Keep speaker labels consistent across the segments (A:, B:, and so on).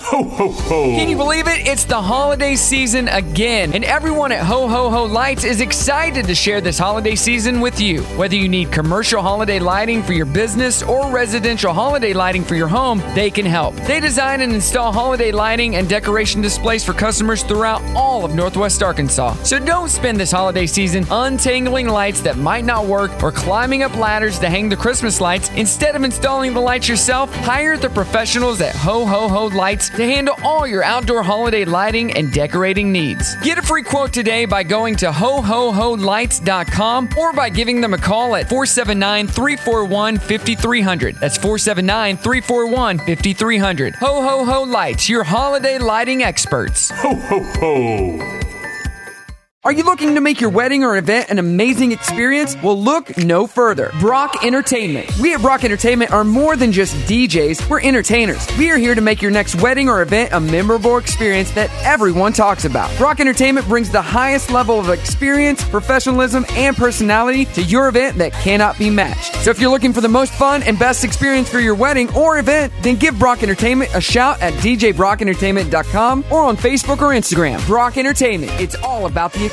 A: Ho, ho, ho.
B: Can you believe it? It's the holiday season again, and everyone at Ho Ho Ho Lights is excited to share this holiday season with you. Whether you need commercial holiday lighting for your business or residential holiday lighting for your home, they can help. They design and install holiday lighting and decoration displays for customers throughout all of Northwest Arkansas. So don't spend this holiday season untangling lights that might not work or climbing up ladders to hang the Christmas lights. Instead of installing the lights yourself, hire the professionals at Ho Ho Ho Lights to handle all your outdoor holiday lighting and decorating needs. Get a free quote today by going to hohoholights.com or by giving them a call at 479 341 5300. That's 479 341 5300. Ho Ho Ho Lights, your holiday lighting experts.
A: Ho, ho, ho.
B: Are you looking to make your wedding or event an amazing experience? Well, look no further. Brock Entertainment. We at Brock Entertainment are more than just DJs, we're entertainers. We are here to make your next wedding or event a memorable experience that everyone talks about. Brock Entertainment brings the highest level of experience, professionalism, and personality to your event that cannot be matched. So if you're looking for the most fun and best experience for your wedding or event, then give Brock Entertainment a shout at djbrockentertainment.com or on Facebook or Instagram. Brock Entertainment. It's all about the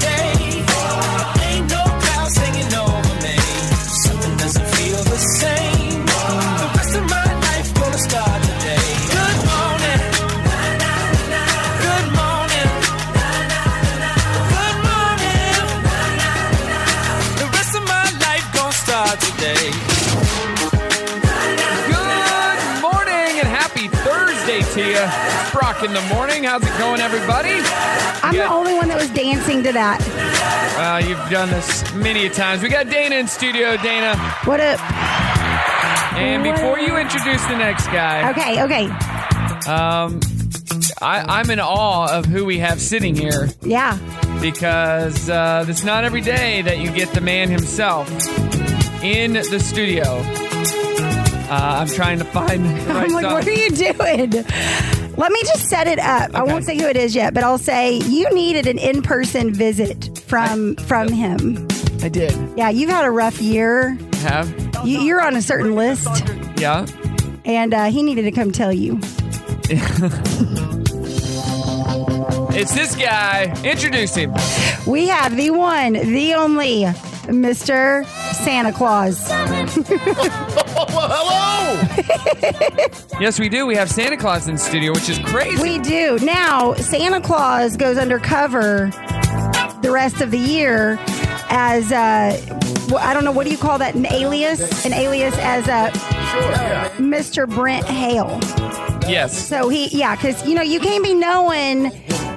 C: day. Ain't no clouds hanging over me. Something doesn't feel the same. The rest of my life gonna start today. Good morning. Good morning. Good morning. The rest of my life gonna start today.
B: Good morning and happy Thursday to you. It's Brock in the morning. How's it going, everybody?
D: I'm
B: Good.
D: the only one that was dancing to that.
B: Uh, you've done this many a times. We got Dana in studio, Dana.
D: What up?
B: And before you introduce the next guy,
D: Okay, okay.
B: um, I, I'm in awe of who we have sitting here
D: Yeah.
B: because uh, it's not every day that you get the man himself in the studio. Uh, I'm trying to find the right
D: I'm like,
B: song.
D: what are you doing? Let me just set it up. I
B: Okay.
D: won't say who it is yet, but I'll say you needed an in-person visit from from him.
B: I did
D: Yeah, you've had a rough year.
B: have,
D: You, you're on a certain list,
B: yeah.
D: and uh, he needed to come tell you.
B: It's this guy. Introduce him.
D: We have the one, the only, Mr. Santa Claus.
B: Yes, we do. We have Santa Claus in the studio, which is crazy.
D: We do. Now, Santa Claus goes undercover the rest of the year as, uh, wh- I don't know, what do you call that? An alias? An alias as uh, Mr. Brent Hale.
B: yes.
D: So he, yeah, because, you know, you can't be knowing.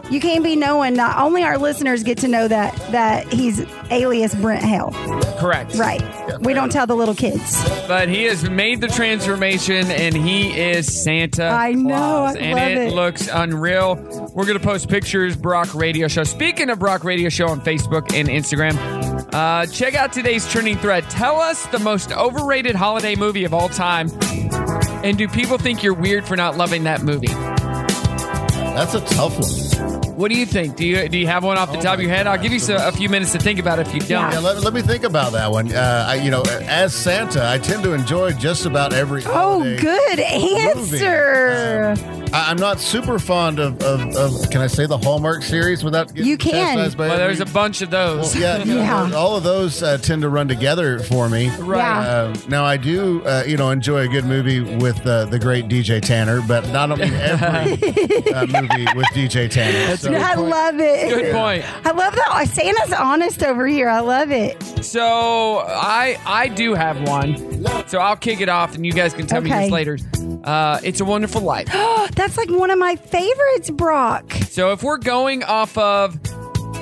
D: You can't be knowing. Not only our listeners get to know that that he's alias Brent Hale,
B: Correct.
D: right? We don't tell the little kids.
B: But he has made the transformation and he is Santa.
D: I know,
B: Claus,
D: I
B: and
D: love
B: it,
D: it.
B: looks unreal. We're going to post pictures, Brock Radio Show. Speaking of Brock Radio Show on Facebook and Instagram, uh, check out today's trending thread. Tell us the most overrated holiday movie of all time. And do people think you're weird for not loving that movie?
E: That's a tough one.
B: What do you think? Do you do you have one off the
E: Oh
B: top of your head? I'll give you some, a few minutes to think about it if you don't.
E: Yeah, let, let me think about that one. Uh, I, you know, as Santa, I tend to enjoy just about every.
D: Oh,
E: holiday
D: good
E: movie.
D: answer.
E: Um, I, I'm not super fond of, of, of. Can I say the Hallmark series without? getting
D: You can.
E: chastised by
B: Well, there's a
E: every-
B: bunch of those.
E: Well, yeah, you know,
D: Yeah.
E: all of those uh, tend to run together for me.
B: Right.
D: Yeah.
E: Um, now I do, uh, you know, enjoy a good movie with uh, the great DJ Tanner, but not only every uh, movie with DJ Tanner. So-
D: I love it.
B: Good point.
D: I love that Oh, Santa's honest over here. I love it.
B: So I I do have one. So I'll kick it off, and you guys can tell me
D: Okay.
B: yours later. Uh, it's a Wonderful Life.
D: Oh, That's like one of my favorites, Brock.
B: So if we're going off of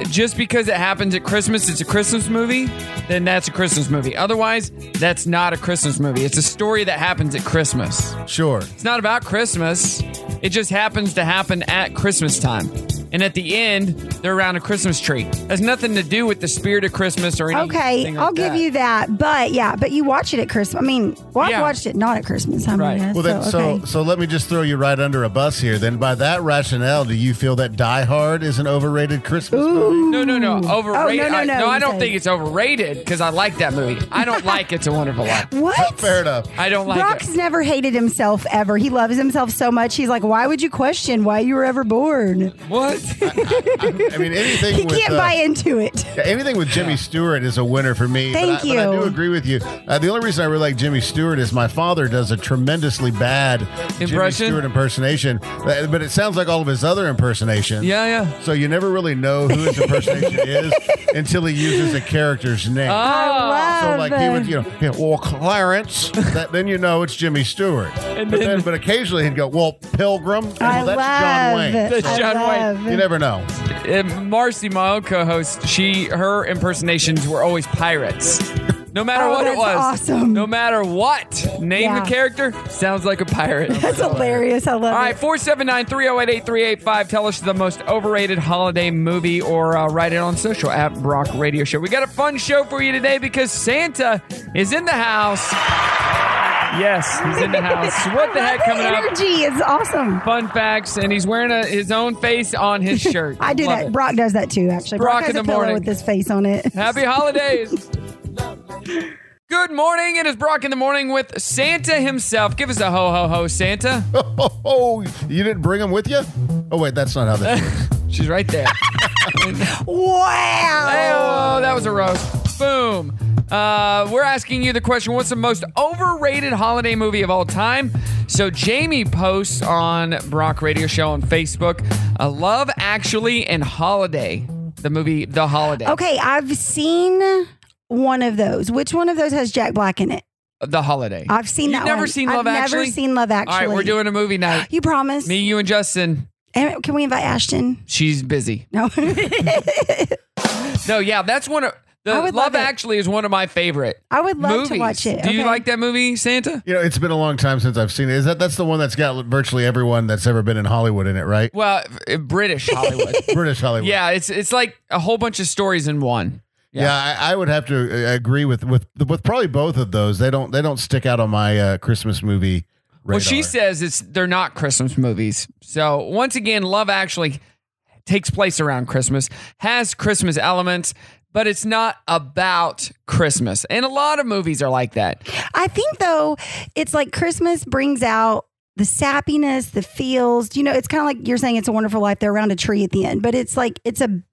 B: just because it happens at Christmas, it's a Christmas movie, then that's a Christmas movie. Otherwise, that's not a Christmas movie. It's a story that happens at Christmas.
E: Sure.
B: It's not about Christmas. It just happens to happen at Christmas time. And at the end, they're around a Christmas tree. Has nothing to do with the spirit of Christmas or anything.
D: Okay,
B: like
D: I'll give
B: that.
D: you that. But yeah, but you watch it at Christmas. I mean, well, I've
B: Yeah.
D: watched it not at Christmas. I mean,
B: Right.
D: yes,
E: Well, then,
D: so,
E: so,
D: okay.
E: so let me just throw you right under a bus here. Then, by that rationale, do you feel that Die Hard is an overrated Christmas movie?
B: No, no, no. Overrated.
D: Oh, no, no,
B: I-
D: no,
B: I
D: you
B: don't
D: said-
B: think it's overrated because I like that movie. I don't like It's a Wonderful Life.
D: what?
E: Fair enough.
B: I don't like
D: Brock's
B: it.
D: never hated himself ever. He loves himself so much. He's like, why would you question why you were ever born?
B: What?
E: I mean, anything.
D: He
E: with,
D: can't
E: uh,
D: buy into it.
E: Yeah, anything with Jimmy Stewart is a winner for me. but
D: Thank
E: I- But I
D: you.
E: do agree with you. Uh, the only reason I really like Jimmy Stewart is my father does a tremendously bad Jimmy
B: Impression?
E: Stewart impersonation, uh, but but it sounds like all of his other impersonations.
B: Yeah, yeah.
E: So you never really know who his impersonation is until he uses a character's name.
B: Oh.
D: I
E: so
D: love
E: like he would, you know, yeah, well Clarence, that, then you know it's Jimmy Stewart. but, then, but occasionally he'd go, well Pilgrim, and,
D: I
E: well, that's
D: love.
E: John Wayne.
B: That's
D: I
B: John Wayne.
D: love.
E: you never know.
B: Uh, Marcy, my old co-host, she her impersonations were always pirates. No matter
D: Oh,
B: what it
D: that's
B: was,
D: awesome.
B: no matter what, name
D: Yeah.
B: the character sounds like a pirate.
D: That's hilarious. I love
B: All
D: it.
B: right, 479 308 8385. Tell us the most overrated holiday movie or uh, write it on social at Brock Radio Show. We got a fun show for you today because Santa is in the house. Yes, he's in the house. What the heck coming up?
D: Energy is awesome.
B: Fun facts, and he's wearing a, his own face on his shirt.
D: I do
B: Love
D: that.
B: it.
D: Brock does that too, actually.
B: Brock
D: Brock,
B: in
D: has
B: the
D: a pillow
B: morning.
D: with his face on it.
B: Happy holidays. Good morning. It is Brock in the morning with Santa himself. Give us a ho ho ho, Santa.
E: Oh, oh, you didn't bring him with you? Oh wait, that's not how that works.
B: She's right there.
D: Wow.
B: Oh, that was a roast. Boom. Uh, we're asking you the question what's the most overrated holiday movie of all time? So, Jamie posts on Brock Radio Show on Facebook uh, Love Actually and Holiday, the movie The Holiday.
D: Okay, I've seen one of those. Which one of those has Jack Black in it?
B: The Holiday.
D: I've seen
B: You've
D: that
B: never
D: one.
B: seen
D: I've
B: Love
D: never
B: Actually?
D: seen Love Actually.
B: All right, we're doing a movie night.
D: You promise?
B: Me, you, and Justin.
D: And Can we invite Ashton?
B: She's busy.
D: No.
B: No, yeah, that's one of the
D: I
B: Love,
D: would love it.
B: Actually is one of my favorite.
D: I would love
B: movies.
D: to watch it.
B: Do you
D: Okay.
B: like that movie, Santa?
E: You know, it's been a long time since I've seen it. Is that that's the one that's got virtually everyone that's ever been in Hollywood in it, right?
B: Well, uh, British Hollywood.
E: British Hollywood.
B: yeah, it's it's like a whole bunch of stories in one.
E: yeah. I, I would have to uh, agree with with with probably both of those. They don't they don't stick out on my uh, Christmas movie. Radar.
B: Well, she says it's they're not Christmas movies. So once again, Love Actually takes place around Christmas, has Christmas elements, but it's not about Christmas. And a lot of movies are like that.
D: I think though, it's like Christmas brings out the sappiness, the feels. You know, it's kind of like you're saying it's a wonderful life. They're around a tree at the end, but it's like it's a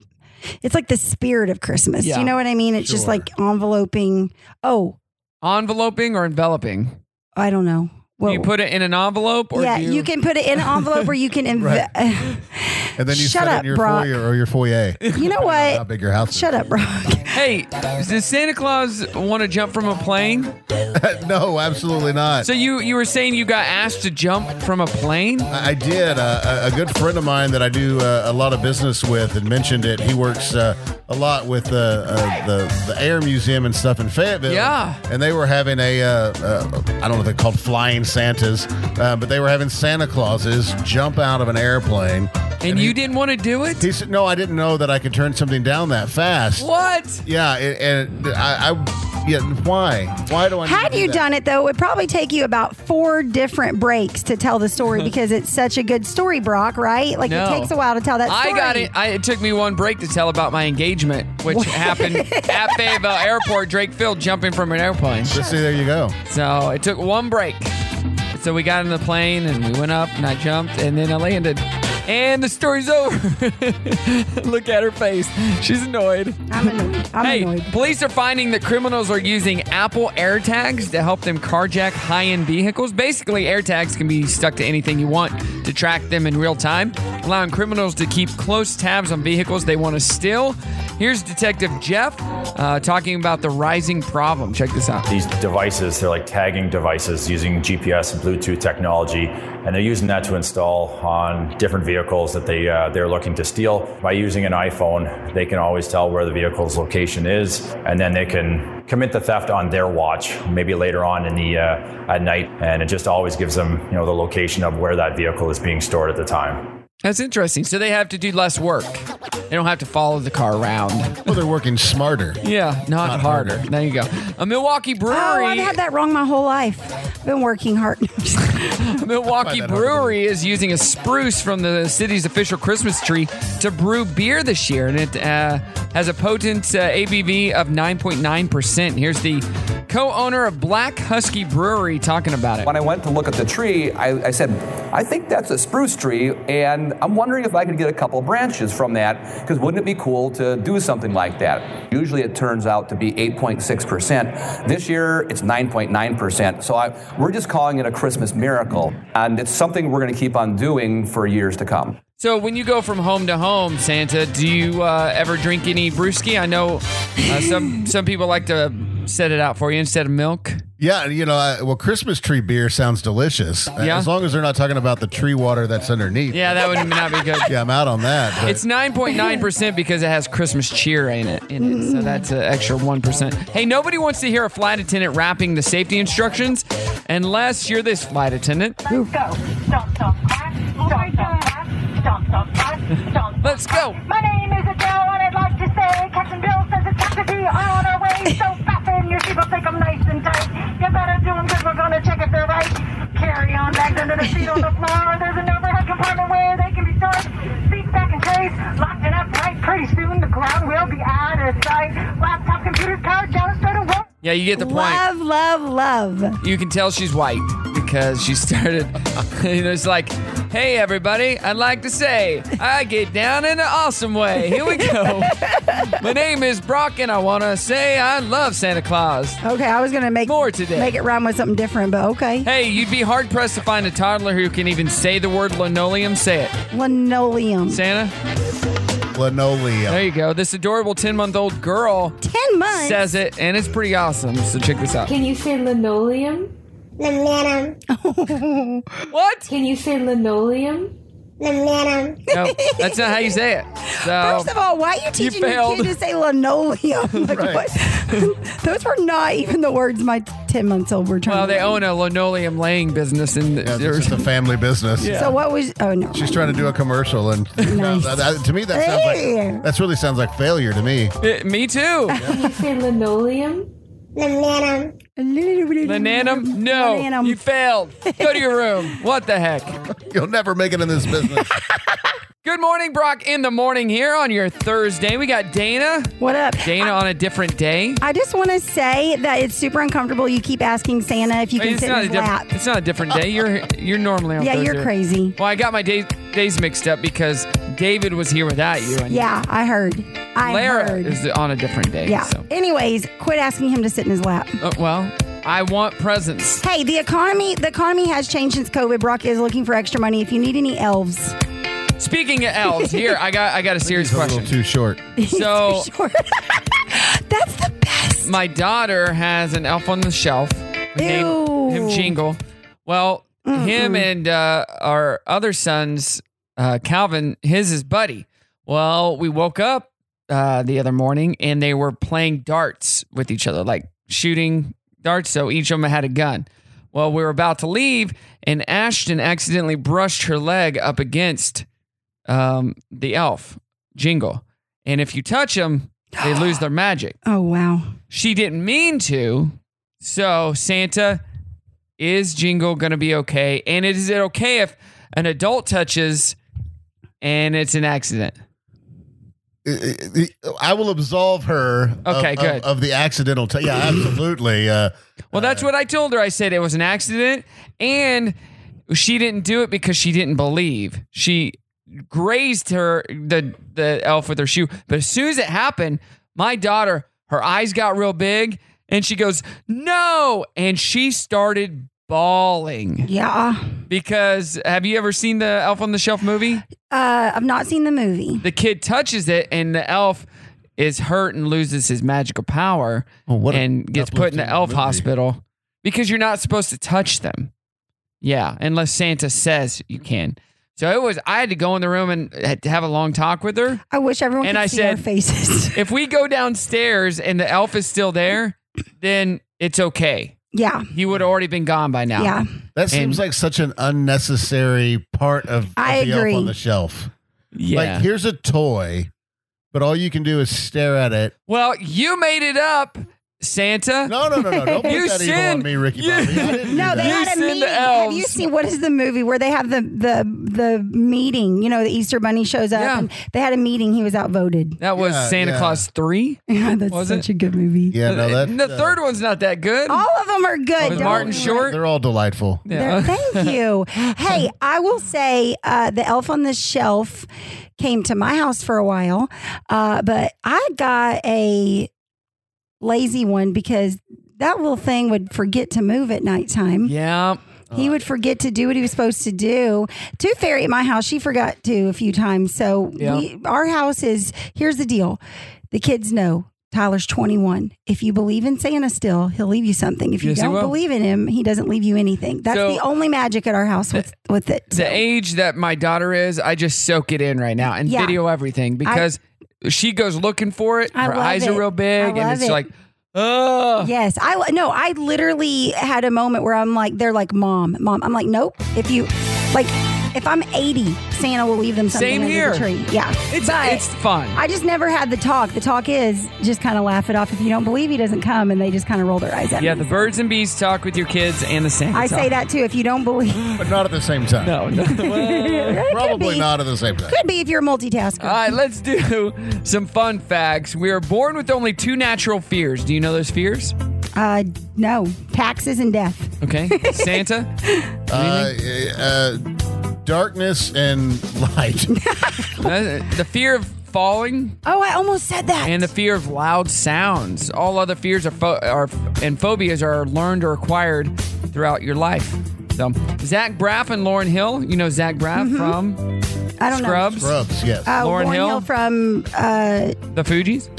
D: it's like the spirit of Christmas. Do
B: Yeah.
D: you know what I mean? It's just
E: Sure.
D: like enveloping. Oh,
B: Enveloping or enveloping?
D: I don't know.
B: Do
D: Well,
B: you put it in an envelope or
D: yeah,
B: do
D: you-, can put it in an envelope or you can inv-
E: Right. and then you
D: Shut
E: set it
D: up,
E: in your
D: Brock.
E: foyer or your foyer.
D: You know
E: How
D: what?
E: big your house?
D: Shut up, Brock.
B: Hey, does Santa Claus want to jump from a plane?
E: up. no, absolutely not.
B: So you you were saying you got asked to jump from a plane?
E: I I did. Uh, a- a good friend of mine that I do uh, a lot of business with and mentioned it. He works uh, a lot with uh, uh, the the Air Museum and stuff in Fayetteville.
B: Yeah.
E: And they were having a uh, uh, I don't know if they're called flying Santas, uh, but they were having Santa Clauses jump out of an airplane.
B: And you didn't want to do it?
E: He said, "No, I didn't know that I could turn something down that fast."
B: What?
E: Yeah. it- And it, I, I yeah. Why? Why do I? need
D: Had
E: to do
D: you
E: that?
D: done it though, it would probably take you about four different breaks to tell the story because it's such a good story, Brock. Right? Like
B: No.
D: it takes a while to tell that.
B: I
D: story.
B: got it. I, it took me one break to tell about my engagement, which happened at Fayetteville Airport, Drake Field jumping from an airplane.
E: Let's see. There you go.
B: So it took one break. So we got in the plane and we went up and I jumped and then I landed. And the story's over. Look at her face. She's annoyed.
D: I'm annoyed. I'm
B: hey,
D: annoyed.
B: police are finding that criminals are using Apple AirTags to help them carjack high-end vehicles. Basically, AirTags can be stuck to anything you want to track them in real time, allowing criminals to keep close tabs on vehicles they want to steal. Here's Detective Jeff uh, talking about the rising problem. Check this out.
F: these devices, they're like tagging devices using GPS and Bluetooth technology, and they're using that to install on different vehicles that they uh, they're looking to steal. By using an iPhone, they can always tell where the vehicle's location is, and then they can commit the theft on their watch, maybe later on in the uh, at night, and it just always gives them you know the location of where that vehicle is being stored at the time.
B: That's interesting. So they have to do less work. They don't have to follow the car around.
E: Well, they're working smarter.
B: Yeah, not,
E: Not
B: harder.
E: harder.
B: There you go. A Milwaukee brewery.
D: Oh, I've had that wrong my whole life. I've been working hard.
B: Milwaukee
E: Find that hard to
B: Brewery is using a spruce from the city's official Christmas tree to brew beer this year, and it uh, has a potent uh, ABV of 9.9%. Here's the co owner of Black Husky Brewery talking about it.
G: When I went to look at the tree, I, I said, I think that's a spruce tree, and I'm wondering if I could get a couple branches from that, because wouldn't it be cool to do something like that? Usually it turns out to be 8.6%. This year it's 9.9%. So I, we're just calling it a Christmas miracle, and it's something we're going to keep on doing for years to come.
B: So, when you go from home to home, Santa, do you uh, ever drink any brewski? I know uh, some some people like to set it out for you instead of milk.
E: Yeah, and, you know, I, well, Christmas tree beer sounds delicious. Uh,
B: Yeah.
E: As long as they're not talking about the tree water that's underneath.
B: Yeah, that would not be good.
E: Yeah, I'm out on that. but-
B: It's 9.9% because it has Christmas cheer in it. In it so that's an extra 1%. Hey, nobody wants to hear a flight attendant rapping the safety instructions unless you're this flight attendant.
H: Let's go. Stomp, stomp, crack. Oh my God. Stomp, stomp, crack. Stomp.
B: Let's go.
H: My name is Adele, and I'd like to say Captain Bill says it's got to be on our way. So fasten your seatbelt, take 'em nice and tight. You better do them because we're going to check if they're right. Carry on bags under the seat on the floor. There's an overhead compartment where they can be stored. Seats back in trays, locked and upright. Pretty soon the ground will be out of sight. Laptop, computers, car, down, start to work.
B: Yeah, you get the point.
D: love, love, love.
B: You can tell she's white because she started. you know, it's like, hey, everybody, I'd like to say I get down in an awesome way. Here we go. My name is Brock, and I want to say I love Santa Claus.
D: Okay, I was gonna make
B: More today.
D: Make it rhyme with something different, but okay.
B: Hey, you'd be hard pressed to find a toddler who can even say the word linoleum. Say it.
D: Linoleum.
B: Santa, there
E: linoleum.
B: you go. This adorable 10 month old girl
D: Ten months.
B: says it, and it's pretty awesome. So check this out.
I: Can you say linoleum?
J: Linoleum.
B: What?
I: Can you say linoleum?
J: Linoleum.
B: No, that's not how you say it. So,
D: First of all, why are you teaching your
B: uh, failed.
D: kid to say linoleum? Like,
E: Right.
D: what? Those were not even the words my ten months old were trying.
B: well,
D: to
B: they own
D: learn.
B: a linoleum laying business, and
E: Yeah,
B: there's-
E: this is a family business.
D: So what was? Oh no.
E: She's trying to do a commercial, and that- that- to me, that sounds
D: Hey.
E: like that's really sounds like failure to me.
B: Eh, me too.
I: Can you say linoleum?
J: Linoleum.
B: Linanum? No,
D: Linanum.
B: you failed. Go to your room. What the heck?
E: You'll never make it in this business.
B: Good morning, Brock. In the morning here on your Thursday, we got Dana.
D: What up?
B: Dana on a different day.
D: I just want to say that it's super uncomfortable. You keep asking Santa if you can
B: It's
D: sit in
B: not, a
D: his
B: different, Oh,
D: lap.
B: it's not a different day. You're you're normally on
D: Yeah, you're
B: Thursday.
D: crazy.
B: Well, I got my day, days mixed up because David was here without you. And
D: Yeah, I heard. I
B: Lara
D: heard.
B: is on a different day.
D: yeah.
B: So.
D: Anyways, quit asking him to sit in his lap.
B: Uh, well, I want presents.
D: Hey, the economy the economy has changed since COVID. Brock is looking for extra money. If you need any elves,
B: Speaking of elves, here I got I got a serious
E: It's a little
B: question.
E: too short.
B: So
D: sure. That's the best.
B: my daughter has an elf on the shelf. We named him
D: Ew.
B: Jingle. Well, him and uh, our other son's uh, Calvin, his is Buddy. Well, we woke up uh, the other morning and they were playing darts with each other, like shooting darts. So each of them had a gun. Well, we were about to leave, and Ashton accidentally brushed her leg up against um, the elf, Jingle. And if you touch them, they lose their magic.
D: Oh wow.
B: She didn't mean to. So, Santa, is Jingle going to be okay? And is it okay if an adult touches and it's an accident?
E: I will absolve her. of-
B: Okay,
E: of,
B: good.
E: Of, the accidental. T- yeah, absolutely. Uh,
B: Well, that's what I told her. I said it was an accident. And she didn't do it because she didn't believe. She grazed her, the, the elf with her shoe. But as soon as it happened, my daughter, her eyes got real big and she goes, no. And she started bawling.
D: Yeah.
B: Because have you ever seen the Elf on the Shelf movie?
D: Uh, I've not seen the movie.
B: The kid touches it and the elf is hurt and loses his magical power
E: Well, Oh, what a
B: and gets put in the
E: uplifting
B: elf
E: movie.
B: hospital because you're not supposed to touch them. Yeah, unless Santa says you can. So it was I had to go in the room and had to have a long talk with her.
D: I wish everyone
B: And
D: could
B: I
D: see
B: said-
D: our faces.
B: If we go downstairs and the elf is still there, then it's okay.
D: Yeah.
B: He would have already been gone by now.
D: Yeah.
E: That seems
B: And-
E: like such an unnecessary part of, of
D: I
E: the elf
D: agree.
E: on the shelf.
B: Yeah.
E: Like here's a toy, but all you can do is stare at it.
B: well, you made it up, Santa.
E: No, no, no, no! Don't put
B: You
E: that evil
B: sin-
E: on me, Ricky
B: you-
E: Bobby. I didn't do
D: No, they
E: that.
B: You
D: had a
B: send the
D: meeting. Have you
B: elves.
D: seen what is the movie where they have the the the meeting? You know, the Easter Bunny shows up.
B: Yeah.
D: And they had a meeting. He was outvoted.
B: That was
E: Yeah,
B: Santa
E: yeah.
B: Claus 3.
D: Yeah, that's
B: Was it?
D: such a good movie.
E: Yeah, no, that
B: And the
E: uh,
B: third one's not that good.
D: All of them are good.
B: With
D: Oh, don't
B: Martin
D: you?
B: Short.
E: They're all delightful.
D: There-
B: yeah.
D: Thank you. Hey, I will say uh, the Elf on the Shelf came to my house for a while, uh, but I got a lazy one because that little thing would forget to move at nighttime.
B: yeah.
D: He
B: Oh.
D: would forget to do what he was supposed to do. Tooth Fairy at my house, she forgot to a few times. So
B: Yeah.
D: we, our house is here's the deal. The kids know Tyler's 21. If you believe in Santa still, he'll leave you something. If you
B: Yes, he
D: don't
B: will.
D: believe in him, he doesn't leave you anything. That's
B: So-
D: the only magic at our house with, with it.
B: The age that my daughter is, I just soak it in right now and
D: Yeah.
B: video everything because she goes looking for it.
D: I
B: Her
D: love
B: eyes are
D: it.
B: real
D: I
B: big
D: love
B: and it's
D: it.
B: like, oh.
D: Yes, I no, I literally had a moment where I'm like, they're like, "Mom, mom." I'm like, "Nope." If you like, if I'm 80, Santa will leave them something
B: Same
D: under
B: here.
D: the tree. Yeah,
B: It's,
D: But-
B: it's fun.
D: I just never had the talk. The talk is just kind of laugh it off. If you don't believe he doesn't come, and they just kind of roll their eyes at
B: yeah,
D: me.
B: the birds and bees talk with your kids and the Santa.
D: I say
B: talk.
D: that too. If you don't believe,
E: but not at the same time.
B: No, no.
D: It could
E: Probably
D: be.
E: not at the same time.
D: Could be if you're a multitasker.
B: All right, let's do some fun facts. We are born with only two natural fears. Do you know those fears?
D: Uh, no, taxes and death.
B: Okay. Santa?
E: Uh, uh, darkness and light.
B: Uh, the fear of falling
D: Oh, I almost said that.
B: and the fear of loud sounds. All other fears are, pho- are and phobias are learned or acquired throughout your life. So, Zach Braff and Lauren Hill. You know Zach Braff from
D: I don't
B: Scrubs,
E: Rubs, yes.
D: know. Uh,
B: Lauryn
D: Lauryn
B: Hill?
D: from uh,
B: the Fugees.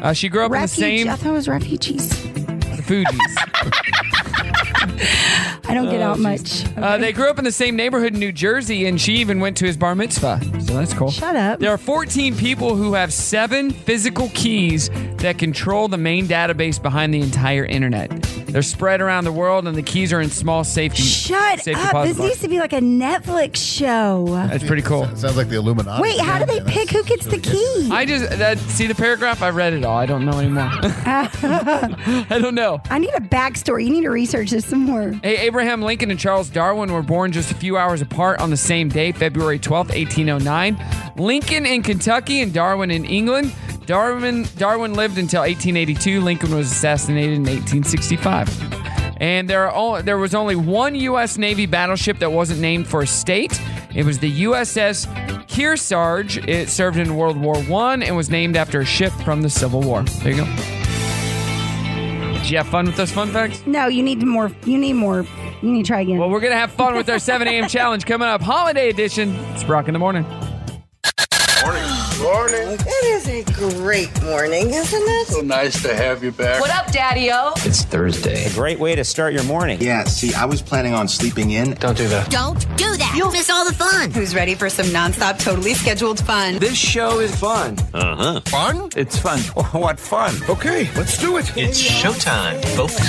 B: Uh, she grew up
D: Refuge.
B: in the same
D: I thought it was refugees.
B: the Fugees.
D: I don't get out much.
B: Uh, they grew up in the same neighborhood in New Jersey, and she even went to his bar mitzvah. So that's cool.
D: Shut up.
B: There are 14 people who have seven physical keys that control the main database behind the entire internet. They're spread around the world, and the keys are in small safety.
D: Shut
B: safe
D: up.
B: deposit Uh,
D: This
B: boxes.
D: needs to be like a Netflix show.
B: That's pretty cool.
E: Sounds like the Illuminati.
D: Wait, how do they
E: Yeah, that's-
D: pick who gets the key?
B: I just that see the paragraph. I read it all. I don't know anymore. I don't know.
D: I need a backstory. You need to research this some more.
B: Hey, Abraham Lincoln and Charles Darwin were born just a few hours apart on the same day, February 12th, 1809. Lincoln in Kentucky and Darwin in England. Darwin Darwin lived until 1882. Lincoln was assassinated in 1865. And there are o- there was only one U.S. Navy battleship that wasn't named for a state. It was the USS Kearsarge. It served in World War One and was named after a ship from the Civil War. There you go. Did you have fun with those fun facts?
D: No, you need more. You need more. You need to try again.
B: Well, we're going to have fun with our 7 a.m. challenge coming up. Holiday edition. It's Brock in the morning.
K: It is a great morning, isn't it? So nice to have you back.
L: What up, Daddy O?
M: Great way to start your morning.
C: Yeah, see, I was planning on sleeping in. Don't do that.
K: Don't do that. You'll miss all the fun. Who's ready for some nonstop, totally scheduled fun?
C: This show is fun.
M: It's fun. what fun?
C: Okay, let's do it. It's showtime, folks.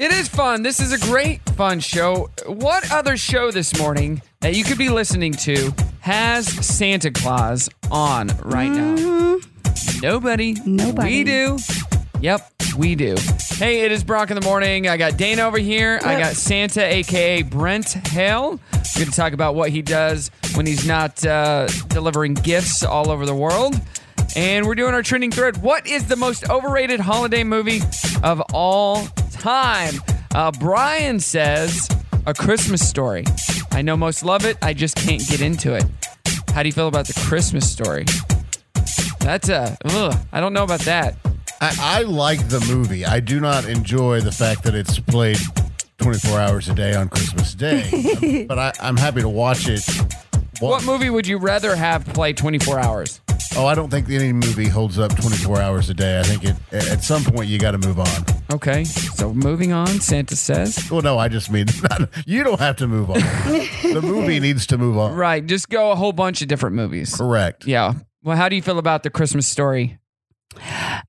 B: It is fun. This is a great fun show. What other show this morning that you could be listening to has Santa Claus on right now? Nobody.
D: Nobody.
B: We do. Yep, we do. Hey, it is Brock in the morning. I got Dane over here. I got Santa, aka Brent Hale. We're going to talk about what he does when he's not uh, delivering gifts all over the world. And we're doing our trending thread. What is the most overrated holiday movie of all time? Uh, Brian says A Christmas Story. I know most love it. I just can't get into it. How do you feel about the Christmas Story? That's a ugh, I don't know about that.
E: I, I like the movie. I do not enjoy the fact that it's played 24 hours a day on Christmas Day, but I, I'm happy to watch it. Wa-
B: What movie would you rather have play 24 hours?
E: Oh, I don't think any movie holds up 24 hours a day. I think it at some point you got to move on.
B: Okay, so moving on, Santa says.
E: Well, no, I just mean you don't have to move on. the movie needs to move on.
B: Right, just go a whole bunch of different movies.
E: Correct.
B: Yeah. Well, how do you feel about the Christmas story?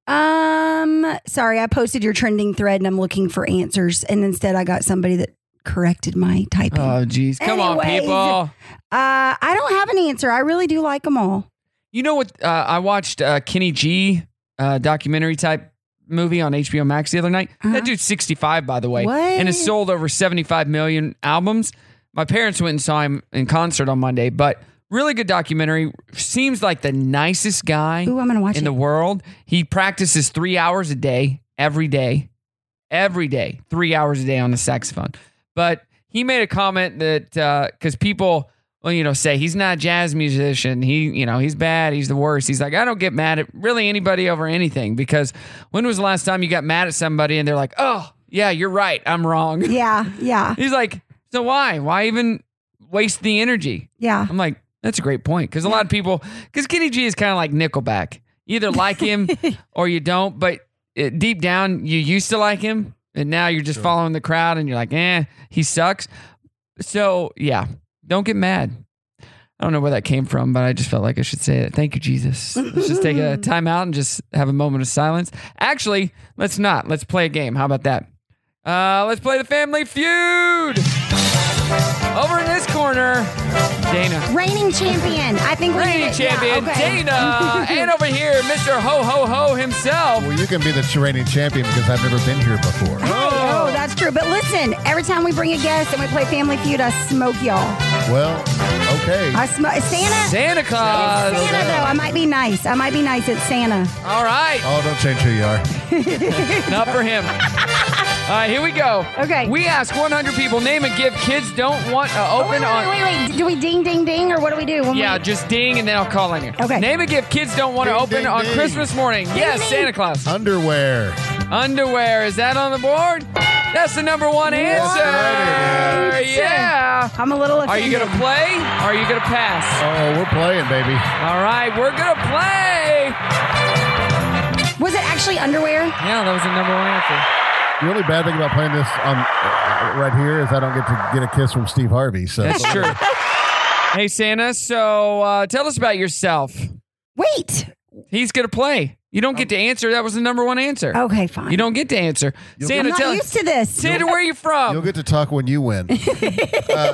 D: Um, sorry, I posted your trending thread and I'm looking for answers, and instead I got somebody that corrected my typing.
B: Oh, geez. Come on,
D: Anyways,
B: people.
D: Uh, I don't have an answer. I really do like them all.
B: You know what? Uh, I watched uh, Kenny G uh, documentary type movie on HBO Max the other night. That dude's 65, by the way,
D: Uh-huh. What?
B: and has sold over 75 million albums. My parents went and saw him in concert on Monday, but really good documentary. Seems like the nicest guy
D: Ooh, I'm gonna watch
B: in the
D: it.
B: world. He practices three hours a day, every day, every day, three hours a day on the saxophone. But he made a comment that because people, well, you know, say he's not a jazz musician. He, you know, he's bad. He's the worst. He's like, I don't get mad at really anybody over anything because when was the last time you got mad at somebody and they're like, oh, yeah, you're right. I'm wrong.
D: Yeah, yeah,
B: He's like, so why? Why even waste the energy?
D: yeah.
B: I'm like, that's a great point because a lot of people, because Kenny G is kind of like Nickelback. You either like him or you don't, but it, deep down you used to like him, and now you're just following the crowd, and you're like, eh, he sucks. So yeah, don't get mad. I don't know where that came from, but I just felt like I should say it. Thank you, Jesus. Let's just take a time out and just have a moment of silence. Actually, let's not. Let's play a game. How about that? Uh, let's play the Family Feud. Over in this corner, Dana.
D: Reigning champion. I think we're
B: Reigning champion Dana, and over here, Mr. Ho Ho Ho himself.
E: Well, you can be the reigning champion because I've never been here before.
D: Oh, that's true. But listen, every time we bring a guest and we play Family Feud, I smoke y'all.
E: Well, okay.
D: I smoke Santa.
B: Santa Claus.
D: It's Santa though. I might be nice. I might be nice. It's Santa.
B: All right,
E: Oh, don't change who you are.
B: not for him. All right, here we go.
D: Okay.
B: We ask 100 people name a gift kids don't want to
D: Oh, wait,
B: open
D: wait,
B: on.
D: wait, wait, Do we ding, ding, ding, or what do we do? When we-
B: Yeah, just ding, and then I'll call on you.
D: Okay.
B: Name a gift kids don't want to
E: Ding,
B: open
E: ding,
B: on
E: ding.
B: Christmas morning. yes, Santa Claus.
E: Underwear.
B: Underwear. Is that on the board? That's the number one answer.
E: Right,
B: Yeah.
D: I'm a little.
B: Are
D: Offended.
B: you gonna play? Or are you gonna pass?
E: Oh, we're playing, baby.
B: All right, we're gonna play.
D: Was it actually underwear?
B: Yeah, that was the number one answer.
E: The only bad thing about playing this on uh, right here is I don't get to get a kiss from Steve Harvey. So
B: That's true. hey Santa, so uh, tell us about yourself.
D: Wait.
B: He's gonna play. You don't get to answer. That was the number one answer.
D: Okay, fine.
B: You don't get to answer.
D: Oh. I'm
B: Santa,
D: not
B: tell
D: used to this.
B: Santa, where are you
E: You'll
B: from?
E: get to talk when you win. Uh,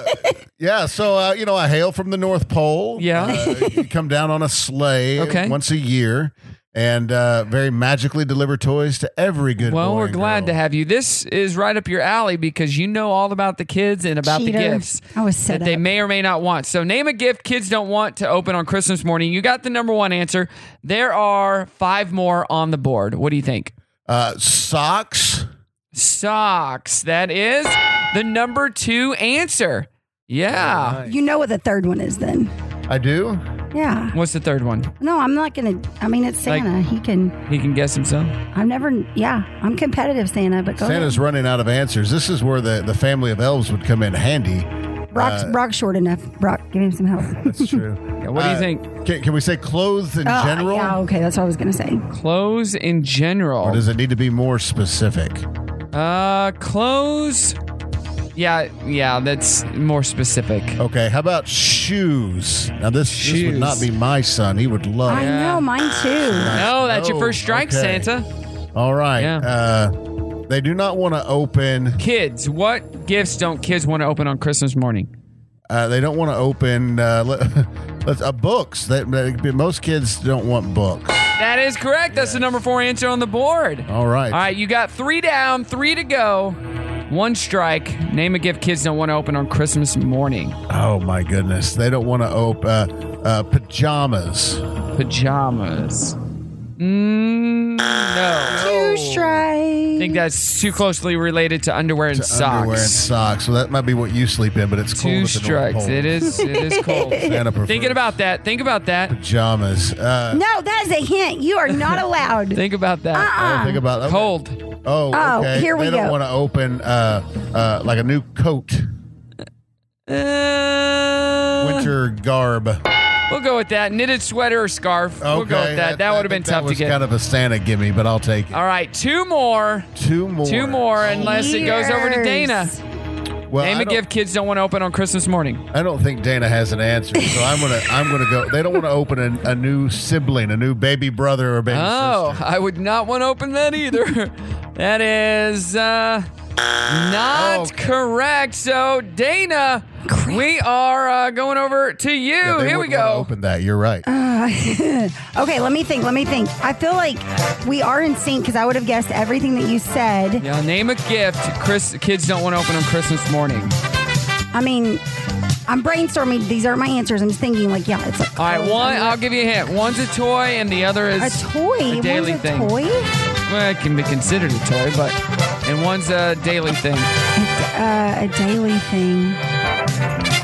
E: yeah, so uh, you know, I hail from the North Pole.
B: Yeah.
E: uh, you come down on a sleigh
B: Okay.
E: once a year, and uh, very magically deliver toys to every good.
B: Well,
E: boy
B: we're
E: and
B: glad to
E: girl.
B: have you. This is right up your alley because you know all about the kids and about the
D: Cheater.
B: gifts
D: I was set
B: that they
D: up.
B: may or may not want. So, name a gift kids don't want to open on Christmas morning. You got the number one answer. There are five more on the board. What do you think?
E: uh, socks.
B: socks. That is the number two answer. Yeah.
D: You know what the third one is then.
E: I do.
D: Yeah.
B: What's the third one?
D: No, I'm not gonna. I mean, it's
B: Like-
D: Santa. he can.
B: He can guess himself.
D: I've never. Yeah, I'm competitive, Santa. But
B: Oh,
D: go
E: Santa's running out of answers. This is where the, the family of elves would come in handy.
D: ahead. Brock's,
E: uh,
D: Brock's short enough. Brock, give him some help.
E: That's true.
B: Yeah, what do you
E: Uh,
B: think?
E: Can, can we say clothes in
D: Oh,
E: general,
D: Yeah. Okay, that's what I was gonna say.
B: Clothes in
E: or
B: general.
E: does it need to be more specific?
B: Uh, clothes. Yeah, yeah, that's more specific.
E: Okay, how about shoes? Now this, this
B: Shoes.
E: would not be my son. He would love.
D: I
E: it.
D: know mine too.
B: No, that's your
E: Oh,
B: first strike,
E: okay.
B: Santa.
E: All right.
B: Yeah.
E: Uh, they do not want to open.
B: Kids, what gifts don't kids want to open on Christmas morning?
E: Uh, they don't want to open. Uh, let, let's- uh, books. That, that- most kids don't want books.
B: That is correct. That's the number four answer on the board.
E: All right.
B: All right, you got three down, three to go. One strike. Name a gift kids don't want to open on Christmas morning.
E: Oh my goodness. They don't want to open uh, uh, pajamas.
B: pajamas. Mm, no.
D: Two
B: I
D: strikes.
B: think that's too closely related to underwear and socks.
E: Underwear and socks. So that might be what you sleep in, but it's cold.
B: Two
E: at the North
B: strikes.
E: Pole.
B: It is it is cold.
E: Santa prefers
B: Thinking about that. Think about that.
E: pajamas. Uh,
D: No, that is a hint. You are not allowed.
B: Think about that.
E: I think about okay.
B: Cold.
E: Oh,
D: Um, Oh,
E: okay.
D: here we
E: they don't
D: go.
E: want to open uh, uh, like a new coat,
B: Uh,
E: winter garb.
B: We'll go with that. Knitted sweater or scarf. We'll go with that. That,
E: I
B: would have been
E: think that
B: tough to
E: was
B: get.
E: Kind of a Santa gimme, but I'll take it.
B: All right, two more.
E: Two more.
B: Two more, unless it goes over to Dana.
D: Years.
B: Name
E: I
B: a gift kids don't want to open on Christmas morning.
E: I don't think Dana has an answer, so I'm gonna I'm gonna go. They don't want to open a, a new sibling, a new baby brother or baby
B: Oh, I would not want to open that either. that is uh,
E: Oh,
B: not correct. So, Dana, we are uh, going over to you.
E: sister. They
B: Here we
E: wouldn't wanna
B: go.
E: Open that. You're right.
D: Uh, okay, let me think. Let me think. I feel like we are in sync because I would have guessed everything that you said.
B: Yeah, name a gift Chris, kids don't want to open on Christmas morning.
D: I mean, I'm brainstorming. These aren't my answers. I'm just thinking, like, Oh, yeah, it's like
B: All right, one, I'll give you a hint. One's a toy and the other is
D: a toy.
B: a daily
D: One's a
B: thing.
D: toy?
B: Well, it can be considered a toy, but. And one's a daily thing.
D: Uh, a daily thing.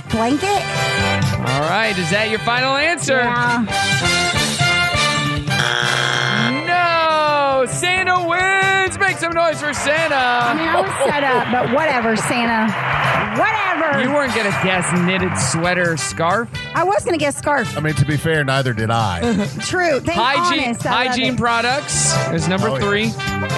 D: Blanket?
B: All right, is that your final answer? No! Santa wins! Make some noise for Santa!
D: I mean, I was set up, but whatever, Santa. Whatever.
B: You weren't gonna guess knitted sweater scarf.
D: I was going to guess scarf.
E: I mean, to be fair, neither did I.
D: True. Thank
B: hygiene
D: honest. I love
B: hygiene
D: it.
B: products is number
E: Oh, yeah.
B: three,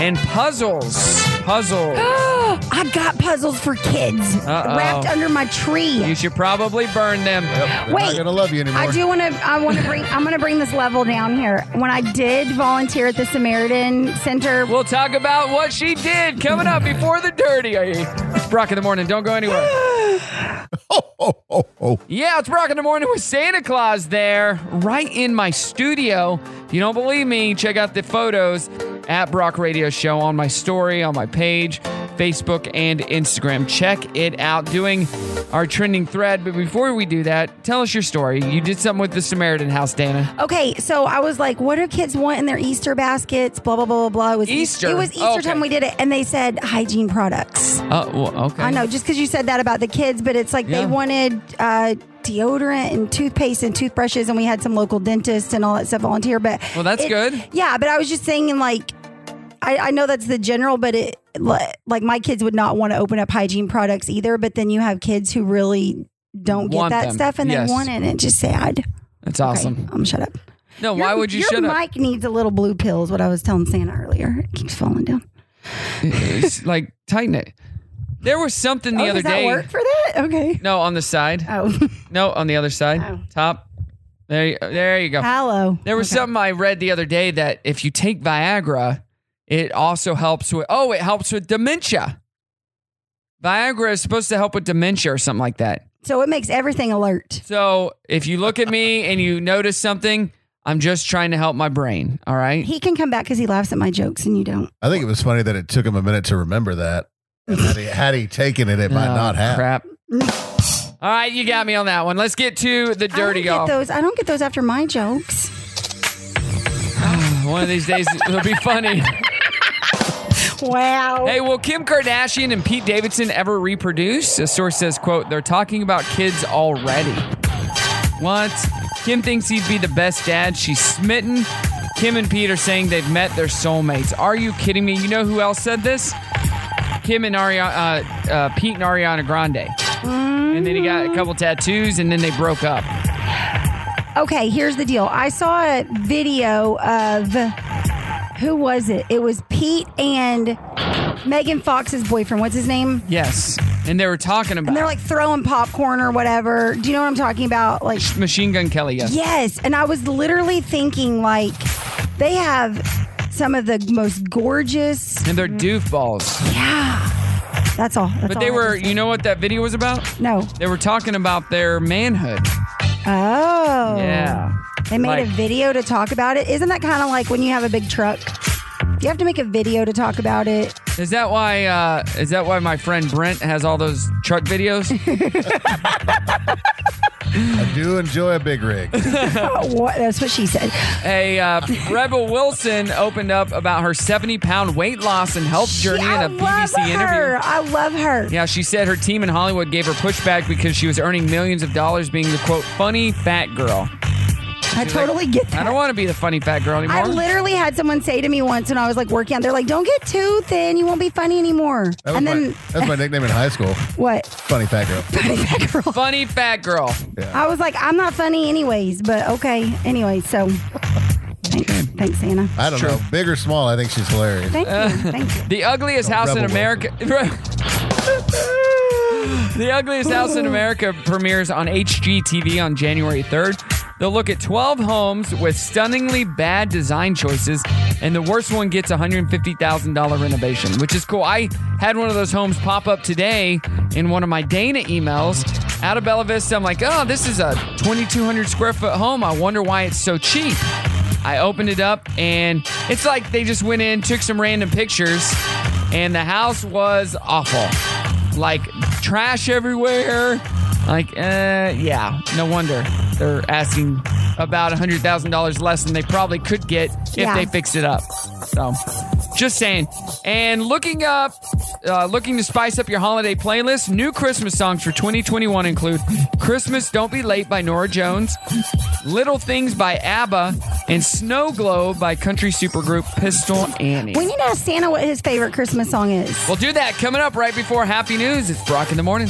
B: and puzzles. Puzzles.
D: I got puzzles for kids
B: Uh-oh.
D: wrapped under my tree.
B: you should probably burn them.
E: They're not
D: Wait.
E: gonna love you anymore.
D: I do want to. I want to bring. I'm going to bring this level down here. When I did volunteer at the Samaritan Center,
B: We'll talk about what she did coming up before the dirty. It's Brock in the morning. Don't go anywhere.
E: Oh,
B: Yeah, it's Brock in the morning with Santa Claus there, right in my studio. If you don't believe me, check out the photos at Brock Radio Show on my story, on my page, Facebook, and Instagram. Check it out. Doing our trending thread. But before we do that, tell us your story. You did something with the Samaritan House, Dana.
D: okay, so I was like, "What do kids want in their Easter baskets?" Blah blah blah blah blah. It was
B: Easter?
D: It was Easter
B: Oh, okay.
D: time we did it, and they said hygiene products.
B: Oh, well, okay.
D: I know, just because you said that about the kids, but it's like
B: Yeah.
D: they wanted uh, deodorant and toothpaste and toothbrushes, and we had some local dentists and all that stuff volunteer. But
B: Well, that's
D: it-
B: good.
D: Yeah, but I was just saying, like, I, I know that's the general, but it li- like my kids would not want to open up hygiene products either. But then you have kids who really don't get
B: Want
D: that
B: them,
D: stuff and
B: yes.
D: they want it, and it's just sad.
B: That's awesome.
D: I'm gonna shut up.
B: No, why would you
D: Your
B: shut up?
D: mic needs a little blue pill. Is what I was telling Santa earlier. It keeps falling down.
B: It's like, tighten it. There was something the
D: oh,
B: other
D: does that
B: day.
D: work for that? Okay.
B: No, on the side.
D: Oh,
B: No, on the other side. Top. There, you, there you go.
D: hello.
B: There was something I read the other day that if you take Viagra, it also helps with oh, it helps with dementia. Viagra is supposed to help with dementia or something like that.
D: So it makes everything alert.
B: So if you look at me and you notice something, I'm just trying to help my brain. All right.
D: He can come back because he laughs at my jokes and you don't.
E: I think it was funny that it took him a minute to remember that. And had, he, had he taken it, it might
B: Oh,
E: not have.
B: Crap. All right, you got me on that one. Let's get to the dirty
D: I don't
B: y'all.
D: get those. I don't get those after my jokes.
B: One of these days it'll be funny.
D: Wow.
B: Hey, will Kim Kardashian and Pete Davidson ever reproduce? A source says, quote, they're talking about kids already. What? Kim thinks he'd be the best dad. She's smitten. Kim and Pete are saying they've met their soulmates. Are you kidding me? You know who else said this? Kim and Ariana, uh, uh, Pete and Ariana Grande. And then he got a couple tattoos, and then they broke up.
D: Okay, here's the deal. I saw a video of who was it? It was Pete and Megan Fox's boyfriend. What's his name?
B: Yes, and they were talking about
D: And they're like throwing popcorn or whatever. Do you know what I'm talking about? Like
B: Machine Gun Kelly. Yes.
D: Yes, and I was literally thinking like they have some of the most gorgeous.
B: and they're doofballs.
D: Yeah. That's all. That's
B: But
D: all
B: they
D: I
B: were,
D: just-
B: you know what that video was about?
D: No.
B: They were talking about their manhood.
D: Oh.
B: Yeah.
D: They made
B: Like-
D: a video to talk about it. Isn't that kind of like when you have a big truck? You have to make a video to talk about it.
B: Is that why? Uh, is that why my friend Brent has all those truck videos?
E: I do enjoy a big rig.
D: Oh, what? That's what she said.
B: A uh, Rebel Wilson opened up about her 70 pound weight loss and health journey
D: She- I
B: in a
D: love
B: BBC
D: her.
B: interview.
D: I love her.
B: Yeah, she said her team in Hollywood gave her pushback because she was earning millions of dollars being the quote funny fat girl.
D: I totally get
B: I
D: that.
B: don't want to be the funny fat girl anymore.
D: I literally had someone say to me once when I was like working out, they're like, don't get too thin. You won't be funny anymore.
E: That was,
D: and
E: my,
D: then,
E: that was my nickname in high school.
D: what?
E: Funny fat girl.
D: Funny fat girl.
B: funny fat girl.
D: I was like, I'm not funny anyways, but okay. Anyway, so thanks, thanks Anna.
E: I don't know, big or small. I think she's
B: Uh,
E: hilarious.
D: Thank you. Thank you.
B: The ugliest
E: Oh,
B: house in
E: Rebel
B: America. The Ugliest House in America premieres on HGTV on January 3rd. They'll look at 12 homes with stunningly bad design choices, and the worst one gets a $150,000 renovation, which is cool. I had one of those homes pop up today in one of my Dana emails. Out of Bella Vista, I'm like, oh, this is a 2,200 square foot home. I wonder why it's so cheap. I opened it up, and it's like they just went in, took some random pictures, and the house was awful like trash everywhere. Like, uh, yeah, no wonder they're asking about hundred thousand dollars less than they probably could get if
N: Yeah.
B: they fixed it up. So, just saying. And looking up, uh, looking to spice up your holiday playlist. New Christmas songs for 2021 include "Christmas Don't Be Late" by Nora Jones, "Little Things" by ABBA, and "Snow Globe" by country supergroup Pistol Annie.
D: We need to ask Santa what his favorite Christmas song is.
B: We'll do that coming up right before Happy News. It's Brock in the morning.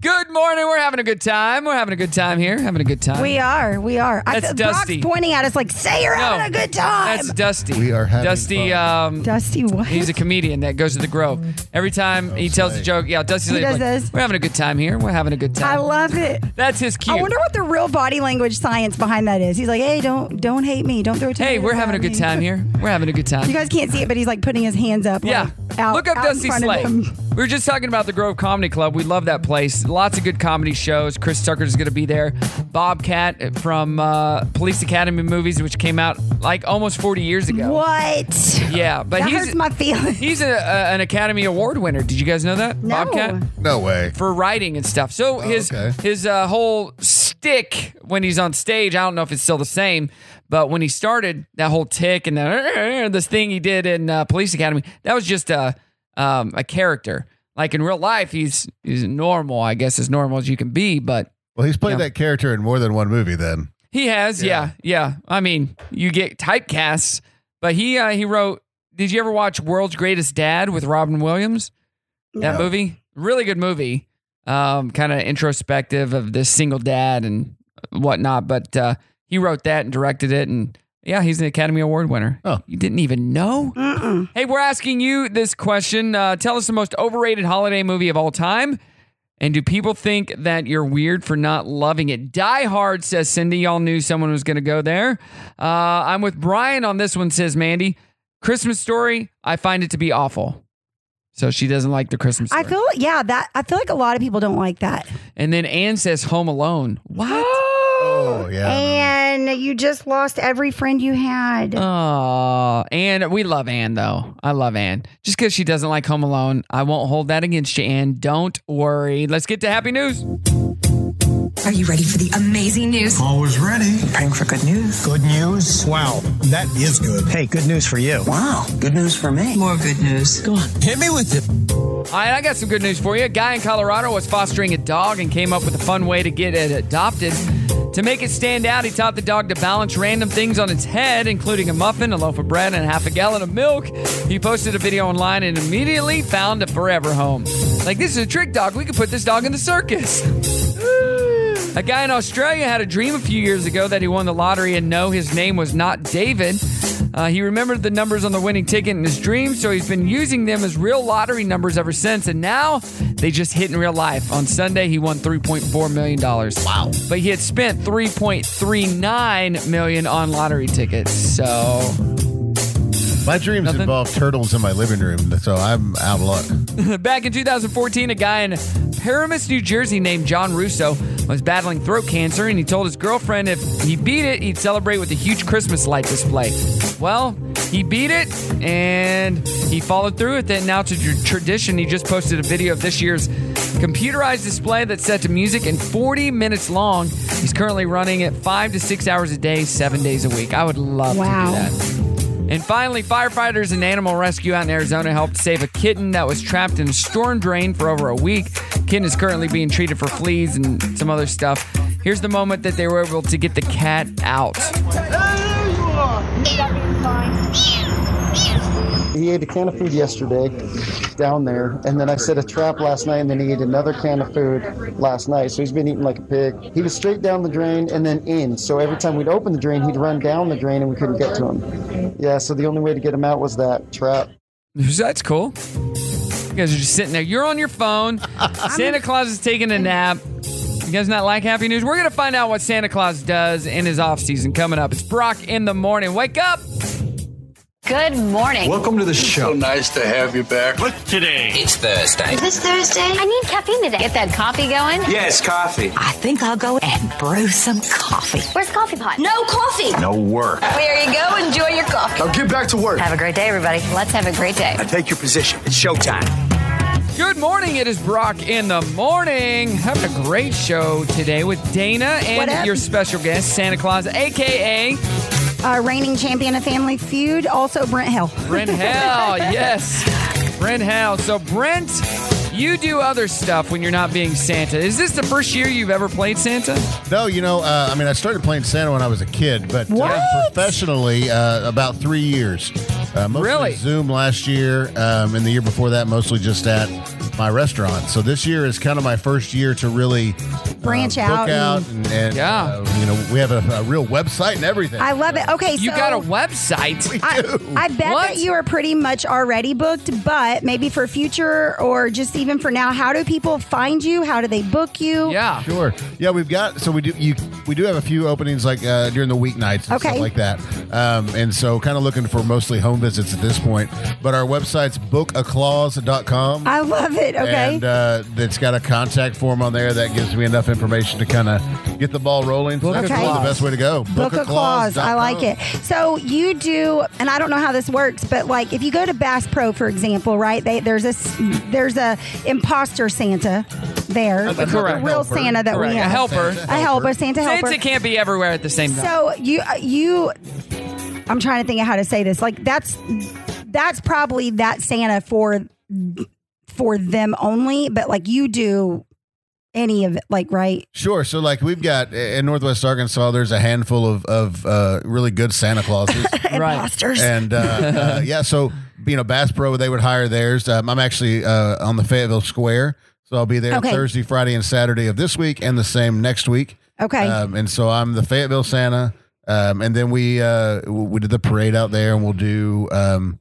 B: Good morning. We're having a good time. We're having a good time here. Having a good time.
D: We are. We are. I-
B: That's
D: Brock's
B: Dusty.
D: pointing at us like, say you're having a good time.
B: That's Dusty. We are having Dusty. Um,
D: Dusty what?
B: He's a comedian that goes to the Grove. Every time he tells a joke, yeah, Dusty's
D: He
B: like,
D: does this.
B: We're having a good time here. We're having a good
D: I
B: time.
D: love it.
B: That's his cue.
D: I wonder what the real body language science behind that is. He's like, hey, don't don't hate me. Don't throw
B: hey,
D: tomatoes
B: we're having a
D: at
B: good
D: me."
B: time here. We're having a good time.
D: You guys can't see it, but he's like putting his hands up.
B: Yeah.
D: like, out,
B: Look up
D: out
B: Dusty
D: in front
B: Slay.
D: Of him.
B: We were just talking about the Grove Comedy Club. We love that place. Lots of good comedy shows. Chris Tucker's going to be there. Bobcat from uh, Police Academy movies, which came out like almost 40 years ago.
D: What?
B: Yeah, but
D: Mm-hmm. That
B: he's
D: hurts my feelings.
B: He's a, a, an Academy Award winner. Did you guys know that?
D: No.
B: Bobcat.
E: No way.
B: For writing and stuff. So his his uh, whole stick when he's on stage. I don't know if it's still the same, but when he started that whole tick and the, this thing he did in uh, Police Academy, that was just a um, a character. Like in real life, he's he's normal. I guess as normal as you can be, but
E: Well, he's played
B: Yeah.
E: that character in more than one movie. Then
B: he has, yeah. yeah, I mean, you get typecasts, but he uh, he wrote. Did you ever watch World's Greatest Dad with Robin Williams? That
N: No.
B: movie, really good movie. Um, kind of introspective of this single dad and whatnot. But uh, he wrote that and directed it, and yeah, he's an Academy Award winner. Oh, you didn't even know? Hey, we're asking you this question. Uh, tell us the most overrated holiday movie of all time. And do people think that you're weird for not loving it? Die Hard says Cindy. Y'all knew someone was going to go there. Uh, I'm with Brian on this one, says Mandy. Christmas story, I find it to be awful. So she doesn't like the Christmas
D: I
B: story.
D: feel yeah that I feel like a lot of people don't like that.
B: and then Ann says Home Alone. What? Oh,
D: And you just lost every friend you had.
B: Uh. Oh, and we love Ann though. I love Ann. Just because she doesn't like Home Alone, I won't hold that against you, Ann. Don't worry. Let's get to happy news.
O: Are you ready for the amazing news? Always ready. Praying for good news. Good news? Wow, that is good. Hey, good news for you. Wow, good news for me. More good news. Go on. Hit me with it.
B: All right, I got some good news for you. A guy in Colorado was fostering a dog and came up with a fun way to get it adopted. To make it stand out, he taught the dog to balance random things on its head, including a muffin, a loaf of bread, and half a gallon of milk. He posted a video online and immediately found a forever home. Like, this is a trick dog. We could put this dog in the circus. A guy in Australia had a dream a few years ago that he won the lottery, and no, his name was not David. Uh, he remembered the numbers on the winning ticket in his dream, so he's been using them as real lottery numbers ever since. And now they just hit in real life. On Sunday, he won $3.4 million. Wow. But he had spent $3.39 million on lottery tickets. So
E: my dreams involve turtles in my living room, so I'm out of luck.
B: Back in 2014, a guy in Paramus, New Jersey named John Russo was battling throat cancer, and he told his girlfriend if he beat it, he'd celebrate with a huge Christmas light display. Well, he beat it, and he followed through with it. Now, to tr- tradition, he just posted a video of this year's computerized display that's set to music and 40 minutes long. He's currently running it five to six hours a day, seven days a week. I would love
D: Wow.
B: to do that. And finally, firefighters and animal rescue out in Arizona helped save a kitten that was trapped in a storm drain for over a week. Kitten is currently being treated for fleas and some other stuff. Here's the moment that they were able to get the cat out.
P: He ate a can of food yesterday down there, and then I set a trap last night, and then he ate another can of food last night. So he's been eating like a pig. He was straight down the drain and then in. So every time we'd open the drain, he'd run down the drain, and we couldn't get to him. Yeah, so the only way to get him out was that trap.
B: That's cool. guys are just sitting there. You're on your phone. Santa Claus is taking a nap. You guys not like happy news? We're going to find out what Santa Claus does in his off season coming up. It's Brock in the morning. Wake up.
L: Good morning.
K: to the show. So nice to have you back. What's today? It's Thursday.
L: Is this Thursday? I need caffeine today. Get that coffee going.
M: Yes, coffee.
L: I think I'll go and brew some coffee. Where's the coffee pot? No coffee.
M: No work.
L: There you go. Enjoy your coffee.
M: Now get back to work.
L: Have a great day, everybody. Let's have a great day.
M: Now take your position. It's showtime.
B: Good morning. It is Brock in the morning. Having a great show today with Dana
D: What
B: and
D: up?
B: your special guest, Santa Claus, aka
D: Uh, reigning champion of Family Feud, also Brent Hill.
B: Brent Hell. yes. Brent Hell. So, Brent, you do other stuff when you're not being Santa. Is this the first year you've ever played Santa?
E: No, you know, uh, I mean, I started playing Santa when I was a kid, but uh, professionally, uh, about three years. Uh, mostly
B: Really?
E: Zoom last year, um, and the year before that, mostly just at my restaurant. So this year is kind of my first year to really
D: Branch
E: uh, book
D: out. and-
E: and, and, uh, you know, we have a, a real website and everything.
D: I love it. Okay,
B: You
D: so
B: got a website?
D: I, I bet that you are pretty much already booked, but maybe for future or just even for now, how do people find you? How do they book you?
B: Yeah,
E: sure. Yeah, we've got so we do you we do have a few openings like uh, during the weeknights and stuff
D: Okay.
E: like that, um, and so kind of looking for mostly home visits at this point. But our website's bookaclaws.com.
D: I love it. Oh, Okay.
E: and uh, it's got a contact form on there that gives me enough information to kind of get the ball rolling. So
D: Book
E: that's
D: a
E: probably
D: clause.
E: the best way to go.
D: Book a clause. I like it. So you do, and I don't know how this works, but like if you go to Bass Pro, for example, right? They, there's a s- there's a imposter Santa there,
B: That's correct.
D: a real
B: Helper.
D: Santa that
B: Correct.
D: we
B: A
D: have,
B: helper.
D: a helper, Santa helper.
B: Santa can't be everywhere at the same time.
D: So you uh, you, I'm trying to think of how to say this. Like that's that's probably that Santa for for them only, but like you do any of it, like right?
E: Sure. So, like, we've got in Northwest Arkansas, there's a handful of, of uh, really good Santa Clauses.
D: Imposters.
E: And uh, uh, yeah, so, you know, Bass Pro, they would hire theirs. Um, I'm actually uh, on the Fayetteville Square. So I'll be there
D: Okay.
E: Thursday, Friday, and Saturday of this week and the same next week.
D: Okay.
E: Um, and so I'm the Fayetteville Santa. Um, and then we uh, w- we did the parade out there and we'll do, um,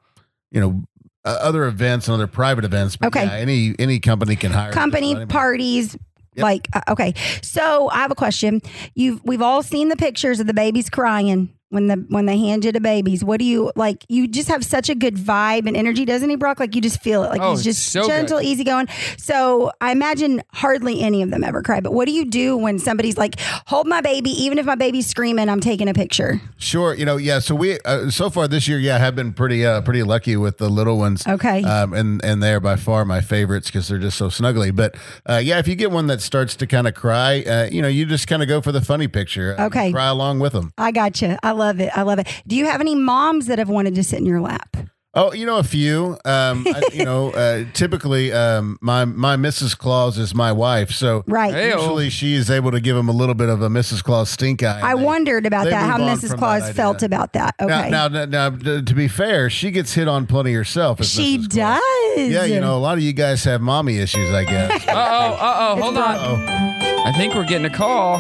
E: you know, uh, other events and other private events. But
D: Okay.
E: yeah, any, any company can hire.
D: company parties like uh, okay so i have a question you've we've all seen the pictures of the babies crying when the when they hand you the babies what do you like you just have such a good vibe and energy doesn't he brock like you just feel it like
B: Oh,
D: he's
B: it's
D: just
B: so good.
D: gentle easygoing so i imagine hardly any of them ever cry but what do you do when somebody's like hold my baby even if my baby's screaming i'm taking a picture
E: Sure, you know, yeah. So we uh, so far this year, yeah, have been pretty uh, pretty lucky with the little ones.
D: Okay.
B: Uh,
E: um, and and they're by far my favorites because they're just so snuggly. But uh, yeah, if you get one that starts to kind of cry, uh, you know, you just kind of go for the funny picture. uh,
D: Okay.
E: cry along with them.
D: i gotcha i love it i love it do you have any moms that have wanted to sit in your lap
E: Oh, you know a few. Um, I, you know, uh, typically um, my my Mrs. Claus is my wife, so
D: Right. Hey-o.
E: Usually, she is able to give them a little bit of a Mrs. Claus stink eye.
D: i wondered about
E: they
D: that how
E: move on
D: mrs
E: from
D: claus
E: that
D: felt
E: idea.
D: about that okay
E: Now, now, now, now, to be fair, she gets hit on plenty herself. as
D: She does.
E: Yeah, you know, a lot of you guys have mommy issues, I guess.
B: Uh oh, uh oh, hold on. I think we're getting a call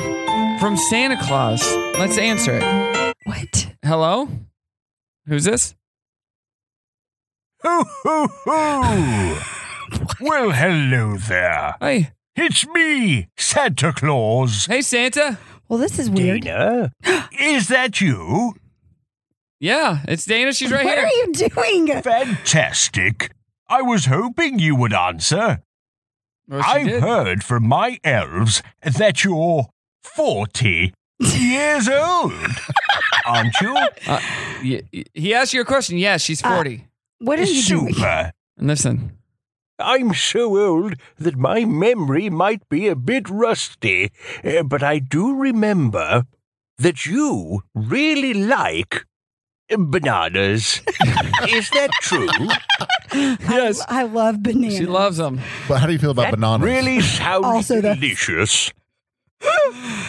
B: from Santa Claus. Let's answer it.
D: What?
B: Hello? Who's this?
A: Ho, ho, ho. well, hello there.
B: Hey.
A: It's me, Santa Claus.
B: Hey, Santa.
D: Well, this is weird.
A: Dana, is that you?
B: Yeah, it's Dana. She's right
A: here.
D: What are you doing?
A: Fantastic. I was hoping you would answer. I've heard from my elves that you're 40 years old, aren't you?
B: Uh, y- y- he asked you a question. Yeah, she's
D: Uh,
B: 40.
D: what
A: Super.
B: Listen.
A: I'm so old that my memory might be a bit rusty, uh, but I do remember that you really like eh, bananas. Is that true?
B: yes.
D: I love bananas.
B: She loves them.
E: But how do you feel about
A: That
E: bananas?
A: really sounds
E: Also that-
A: delicious.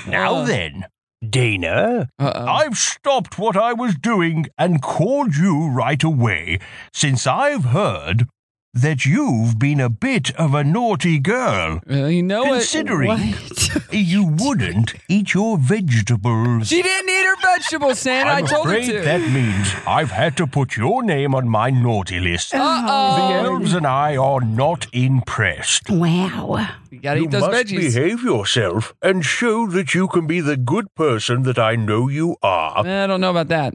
A: now
E: Uh.
A: then, Dana,
B: Uh.
A: I've stopped what I was doing and called you right away since I've heard that you've been a bit of a naughty girl.
B: you know
A: Considering you wouldn't eat your vegetables.
B: She didn't eat her vegetables, Santa. I
A: I'm
B: told her
A: afraid
B: to.
A: that means I've had to put your name on my naughty list.
B: Uh-oh.
A: The elves and I are not impressed.
D: Wow.
B: You gotta eat those
A: must
B: veggies.
A: behave yourself and show that you can be the good person that I know you are.
B: I don't know about that.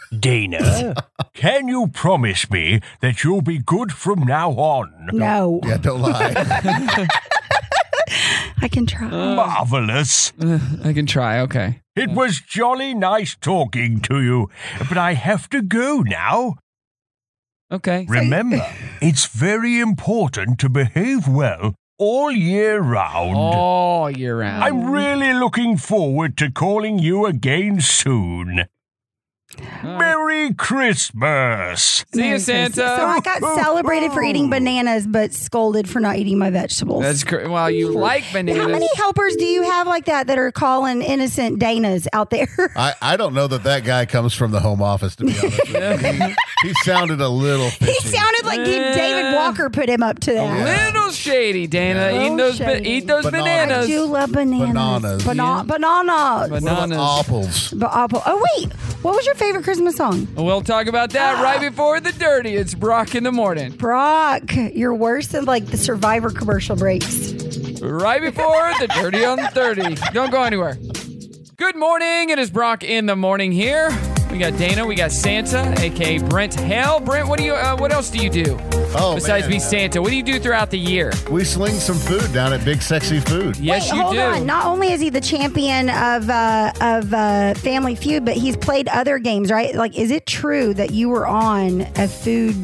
A: Dana, can you promise me that you'll be good from now on?
D: No.
E: Yeah, don't lie.
D: I can try.
A: Marvelous.
B: I can try. Okay.
A: It was jolly nice talking to you, but I have to go now.
B: Okay.
A: Remember, it's very important to behave well all year round.
B: All year round.
A: I'm really looking forward to calling you again soon. Merry Christmas!
B: See you,
D: Christmas.
B: Santa. Oh,
D: So I got celebrated for eating bananas, but scolded for not eating my vegetables.
B: That's great. Well, you like bananas.
D: How many helpers do you have like that that are calling innocent Danas out there?
E: I, I don't know that that guy comes from the home office, to be honest. with you. He, he sounded a little
D: he
E: fishy.
D: sounded like he- David Walker put him up to that.
B: Little shady, Dana.
D: Little
B: Eat those, ba-
D: shady.
B: eat those
E: Bananas.
D: I
B: bananas.
D: do love bananas.
E: Bananas.
D: Bana- Bananas.
E: What about
B: Bananas.
E: apples?
D: Ba- apple- Oh, wait. What was your favorite Christmas song?
B: We'll talk about
D: Ah.
B: that right before the dirty. It's Brock in the morning.
D: Brock, you're worse than like the Survivor commercial breaks.
B: Right before the dirty on 30. Don't go anywhere. Good morning. It is Brock in the morning here. We got Dana. We got Santa, aka Brent Hale. Brent, what do you? Uh, what else do you do
E: Oh,
B: besides
E: man.
B: be Santa? What do you do throughout the year?
E: We sling some food down at Big Sexy Food.
B: Yes,
D: Wait,
B: you
D: hold
B: do.
D: on. Not only is he the champion of uh, of uh, Family Feud, but he's played other games, right? Like, is it true that you were on a food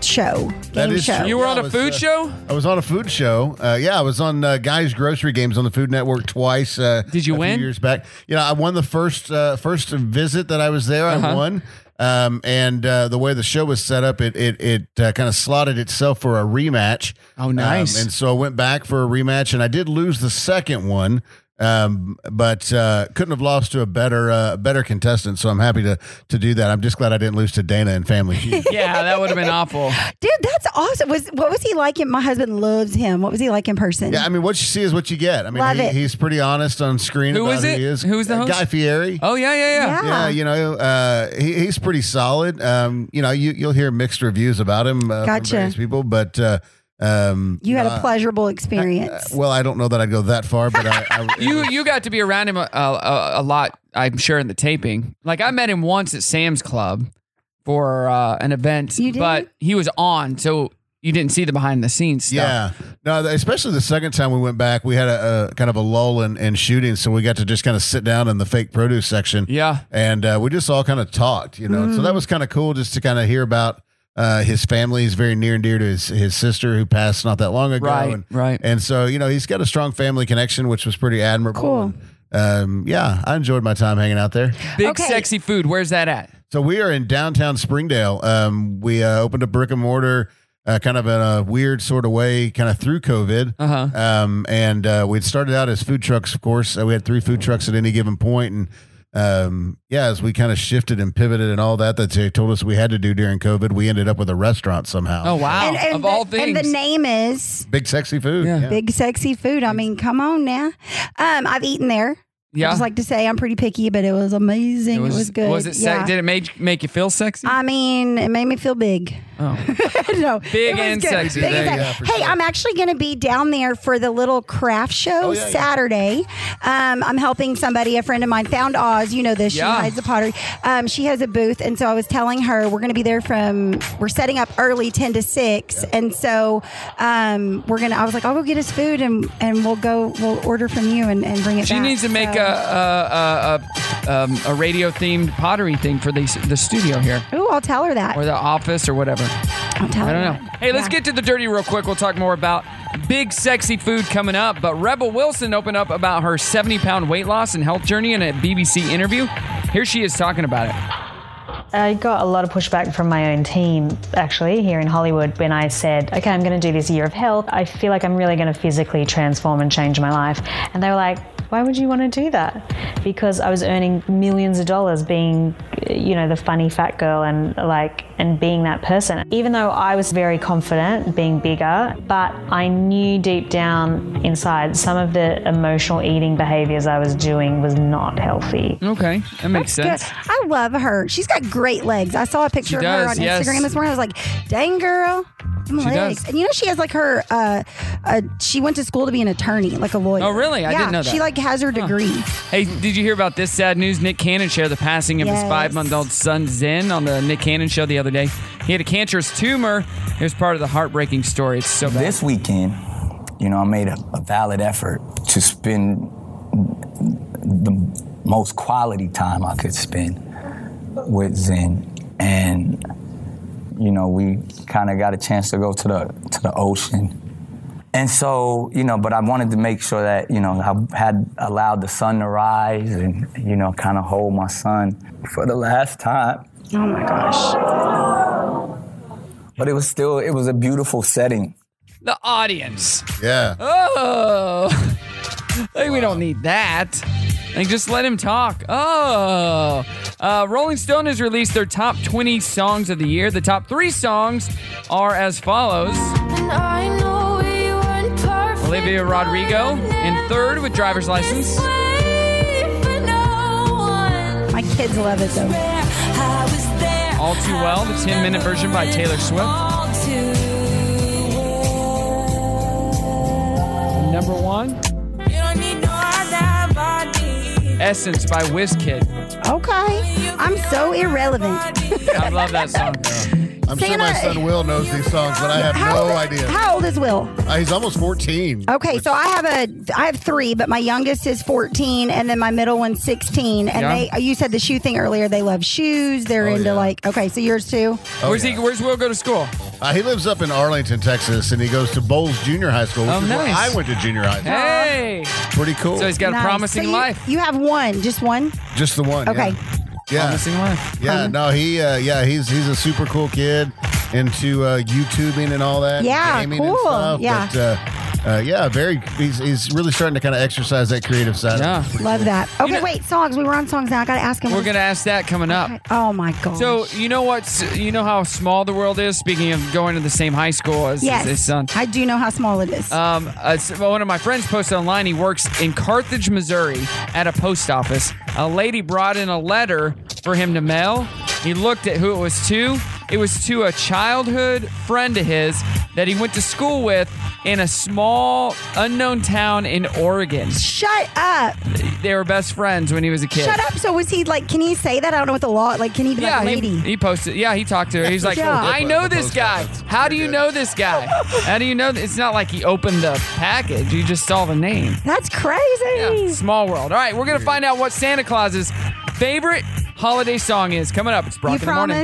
D: show?
E: That
D: game
E: is
D: show?
E: true.
B: you were
E: Yeah,
B: on
E: I
B: a
E: was,
B: food
E: uh,
B: show.
E: I was on a food show. Uh, yeah, I was on uh, Guys Grocery Games on the Food Network twice. Uh,
B: Did you
E: a few
B: win?
E: years back? You know, I won the first uh, first visit that I was there.
B: Uh-huh.
E: I won. Um, and uh, the way the show was set up, it it, it uh, kind of slotted itself for a rematch.
B: Oh, nice.
E: Um, and so I went back for a rematch, and I did lose the second one. Um, but uh, couldn't have lost to a better uh, better contestant. So I'm happy to to do that. I'm just glad I didn't lose to Dana and Family Feud.
B: Yeah, that would have been awful.
D: Dude, that's awesome. Was what was he like? In, my husband loves him. What was he like in person?
E: Yeah, I mean, what you see is what you get. I mean,
D: Love
E: he,
D: it.
E: he's pretty honest on screen.
B: Who
E: about
B: is it?
E: Who he is.
B: Who is the
E: Uh,
B: host?
E: Guy Fieri.
B: Oh yeah, yeah, yeah.
D: Ah.
E: Yeah, you know, uh, he, he's pretty solid. Um, you know, you, you'll hear mixed reviews about him uh,
D: Gotcha.
E: from various people, but uh, um,
D: you had
E: know,
D: a pleasurable experience.
E: uh, well, I don't know that I'd go that far, but I, I
B: You you got to be around him a, a, a lot, I'm sure, in the taping. Like I met him once at Sam's Club for uh, an event,
D: You did?
B: but he was on, so you didn't see the behind the scenes stuff.
E: Yeah, no, th- especially the second time we went back, we had a, a kind of a lull in, in shooting, so we got to just kind of sit down in the fake produce section.
B: Yeah.
E: and uh, we just all kind of talked, you know. So
B: Mm.
E: that was kind of cool just to kind of hear about uh, his family. He's very near and dear to his, his sister who passed not that long ago.
B: Right,
E: and,
B: right.
E: And so you know he's got a strong family connection, which was pretty admirable.
D: Cool.
E: And, um, yeah, I enjoyed my time hanging out there.
B: Big
D: Okay.
B: sexy food. Where's that at?
E: So we are in downtown Springdale. Um, we uh, opened a brick and mortar, uh, kind of in a weird sort of way, kind of through COVID.
B: Uh-huh.
E: Um, and uh, we'd started out as food trucks, of course. Uh, we had three food trucks at any given point, and um, yeah, as we kind of shifted and pivoted and all that that they told us we had to do during COVID, we ended up with a restaurant somehow.
B: Oh wow!
D: and, and
B: of
D: the,
B: all things,
D: and the name is
E: Big sexy food.
B: Yeah.
D: Big Sexy Food. I mean, come on now. Um, I've eaten there. I
B: yeah,
D: just like to say I'm pretty picky, but it was amazing. It was, good.
B: Was it? Se-
D: Yeah.
B: Did it make make you feel sexy?
D: I mean, it made me feel big.
B: oh,
D: no,
B: Big
D: it was
B: and
D: good.
B: sexy.
D: Big
B: There
D: and
B: you
D: sexy. hey, I'm actually going to be down there for the little craft show
E: Oh, yeah, yeah.
D: Saturday. Um, I'm helping somebody. A friend of mine found Oz. You know this.
B: Yeah.
D: She hides the pottery. Um, she has a booth, and so I was telling her we're going to be there from. We're setting up early, ten to six, and so um, we're gonna. I was like, I'll go get us food, and and we'll go. We'll order from you and, and bring it.
B: she
D: back.
B: needs to make
D: So-
B: a a a, a, um, a radio themed pottery thing for the the studio here
D: Ooh, I'll tell her that.
B: or the office or whatever.
D: I'll tell her
B: I don't know.
D: that.
B: Hey, let's
D: Yeah.
B: get to the dirty real quick. We'll talk more about big sexy food coming up. But Rebel Wilson opened up about her 70 pound weight loss and health journey in a BBC interview. Here she is talking about it.
N: I got a lot of pushback from my own team, actually, here in Hollywood, when I said, okay, I'm going to do this year of health. I feel like I'm really going to physically transform and change my life. And they were like, Why would you want to do that? Because I was earning millions of dollars being, you know, the funny fat girl and like, and being that person. Even though I was very confident being bigger, but I knew deep down inside some of the emotional eating behaviors I was doing was not healthy.
B: Okay, that makes
D: Good.
B: sense.
D: I love her. She's got great legs. I saw a picture
B: She
D: of her
B: does,
D: on
B: yes.
D: Instagram this morning. I was like, dang girl. them
B: She
D: legs.
B: does.
D: And you know she has like her uh, uh she went to school to be an attorney, like a lawyer.
B: Oh, really? I
D: yeah,
B: didn't know that.
D: She like has her degree.
B: Hey, did you hear about this sad news? Nick Cannon shared the passing of his
D: Yes.
B: five month old son, Zen, on the Nick Cannon show the other day. He had a cancerous tumor. Here's part of the heartbreaking story. It's so bad.
Q: This weekend, you know, I made a, a valid effort to spend the most quality time I could spend with Zen. And, you know, we kind of got a chance to go to the, to the ocean. And so, you know, but I wanted to make sure that, you know, I had allowed the sun to rise and, you know, kind of hold my son for the last time.
D: Oh my gosh.
Q: But it was still, it was a beautiful setting.
B: The audience.
E: Yeah.
B: Oh. Like, we don't need that. Like, just let him talk. Oh. Uh, Rolling Stone has released their top 20 songs of the year. The top three songs are as follows Olivia Rodrigo in third with driver's license.
D: My kids love it though.
B: All Too Well, the 10 minute version by Taylor Swift. Number one, Essence by Wizkid.
D: Okay. I'm so irrelevant.
B: I love that song.
E: I'm sure my
D: Santa-
E: son Will knows these songs, but I have
D: How
E: no
D: old-
E: idea.
D: How old is Will?
E: Uh, he's almost 14.
D: Okay, so I have a I have three, but my youngest is fourteen, and then my middle one's sixteen. And
B: Yeah. Oh,
D: they you said the shoe thing earlier. They love shoes. They're into like okay, so yours too.
B: where's he? Where's Will go to school?
E: Uh, he lives up in Arlington, Texas, and he goes to Bowles Junior High School, which
B: Oh,
E: is where
B: nice.
E: I went to junior high school.
B: Hey.
E: Pretty cool.
B: So he's got a
D: Nice.
B: promising
D: So you-
B: life.
D: You have one, just one.
E: Just the one.
D: Okay.
E: Yeah. Yeah.
B: Promising life.
E: Yeah. No, he. Uh, yeah, he's he's a super cool kid into uh, YouTubing and all that. and
D: Yeah,
E: gaming
D: cool.
E: And stuff,
D: Yeah.
E: But, uh, uh, yeah. Very. He's he's really starting to kind of exercise that creative side. Yeah.
D: Love that. Okay, wait, songs. We were on songs now. I gotta ask him.
B: We're
D: what-
B: gonna ask that coming up.
D: Oh my god.
B: So you know what's you know how small the world is. Speaking of going to the same high school as
D: yes,
B: his son,
D: I do know how small it is.
B: Um, uh, so one of my friends posted online. He works in Carthage, Missouri, at a post office. A lady brought in a letter for him to mail. He looked at who it was to. It was to a childhood friend of his that he went to school with in a small unknown town in Oregon.
D: Shut up!
B: They were best friends when he was a kid.
D: Shut up. So was he like? Can he say that? I don't know what the law. Like, can he be
B: Yeah,
D: like,
B: he-
D: lady?
B: He, posted. Yeah, he talked to her. He's like,
D: Yeah.
B: I know this guy. How do you know this guy? How do you know? It's not like he opened the package. You just saw the name.
D: That's crazy.
B: Small world. All right, we're gonna find out what Santa Claus's favorite holiday song is coming up. It's Brock
D: You
B: in the morning.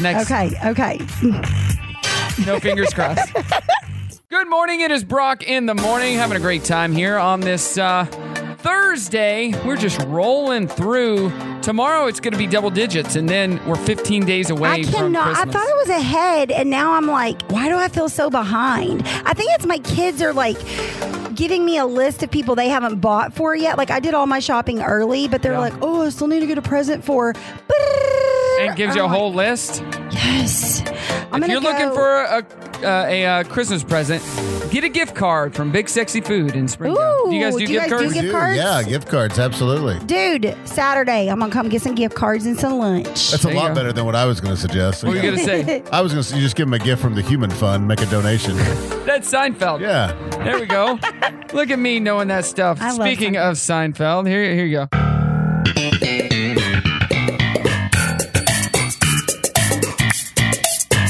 B: Promise. Next.
D: Okay. Okay.
B: No fingers crossed. Good morning. It is Brock in the morning. Having a great time here on this uh, Thursday. We're just rolling through. Tomorrow it's going to be double digits, and then we're 15 days away
D: I
B: from
D: cannot. I
B: Christmas.
D: thought it was ahead, and now I'm like, why do I feel so behind? I think it's my kids are like giving me a list of people they haven't bought for yet. Like I did all my shopping early, but they're like, oh, I still need to get a present for.
B: and gives you a
D: I'm like,
B: whole list.
D: Yes. I'm
B: if
D: gonna
B: you're looking
D: go-
B: for a uh, a uh, Christmas present, get a gift card from Big Sexy Food in Springdale.
D: Ooh,
B: do you guys do,
D: do you
B: gift
D: guys do
B: cards?
D: gift We do, cards?
E: Yeah, gift cards, absolutely.
D: Dude, Saturday, I'm gonna come get some gift cards and some lunch.
E: That's a lot better than what I was going to suggest.
D: What were you
E: Yeah.
D: gonna say?
E: I was going to just give him a gift from the Human Fund, make a donation.
B: That's Seinfeld.
E: Yeah.
B: There we go. Look at me knowing that stuff.
E: I love
B: Speaking of Seinfeld, here, here you go.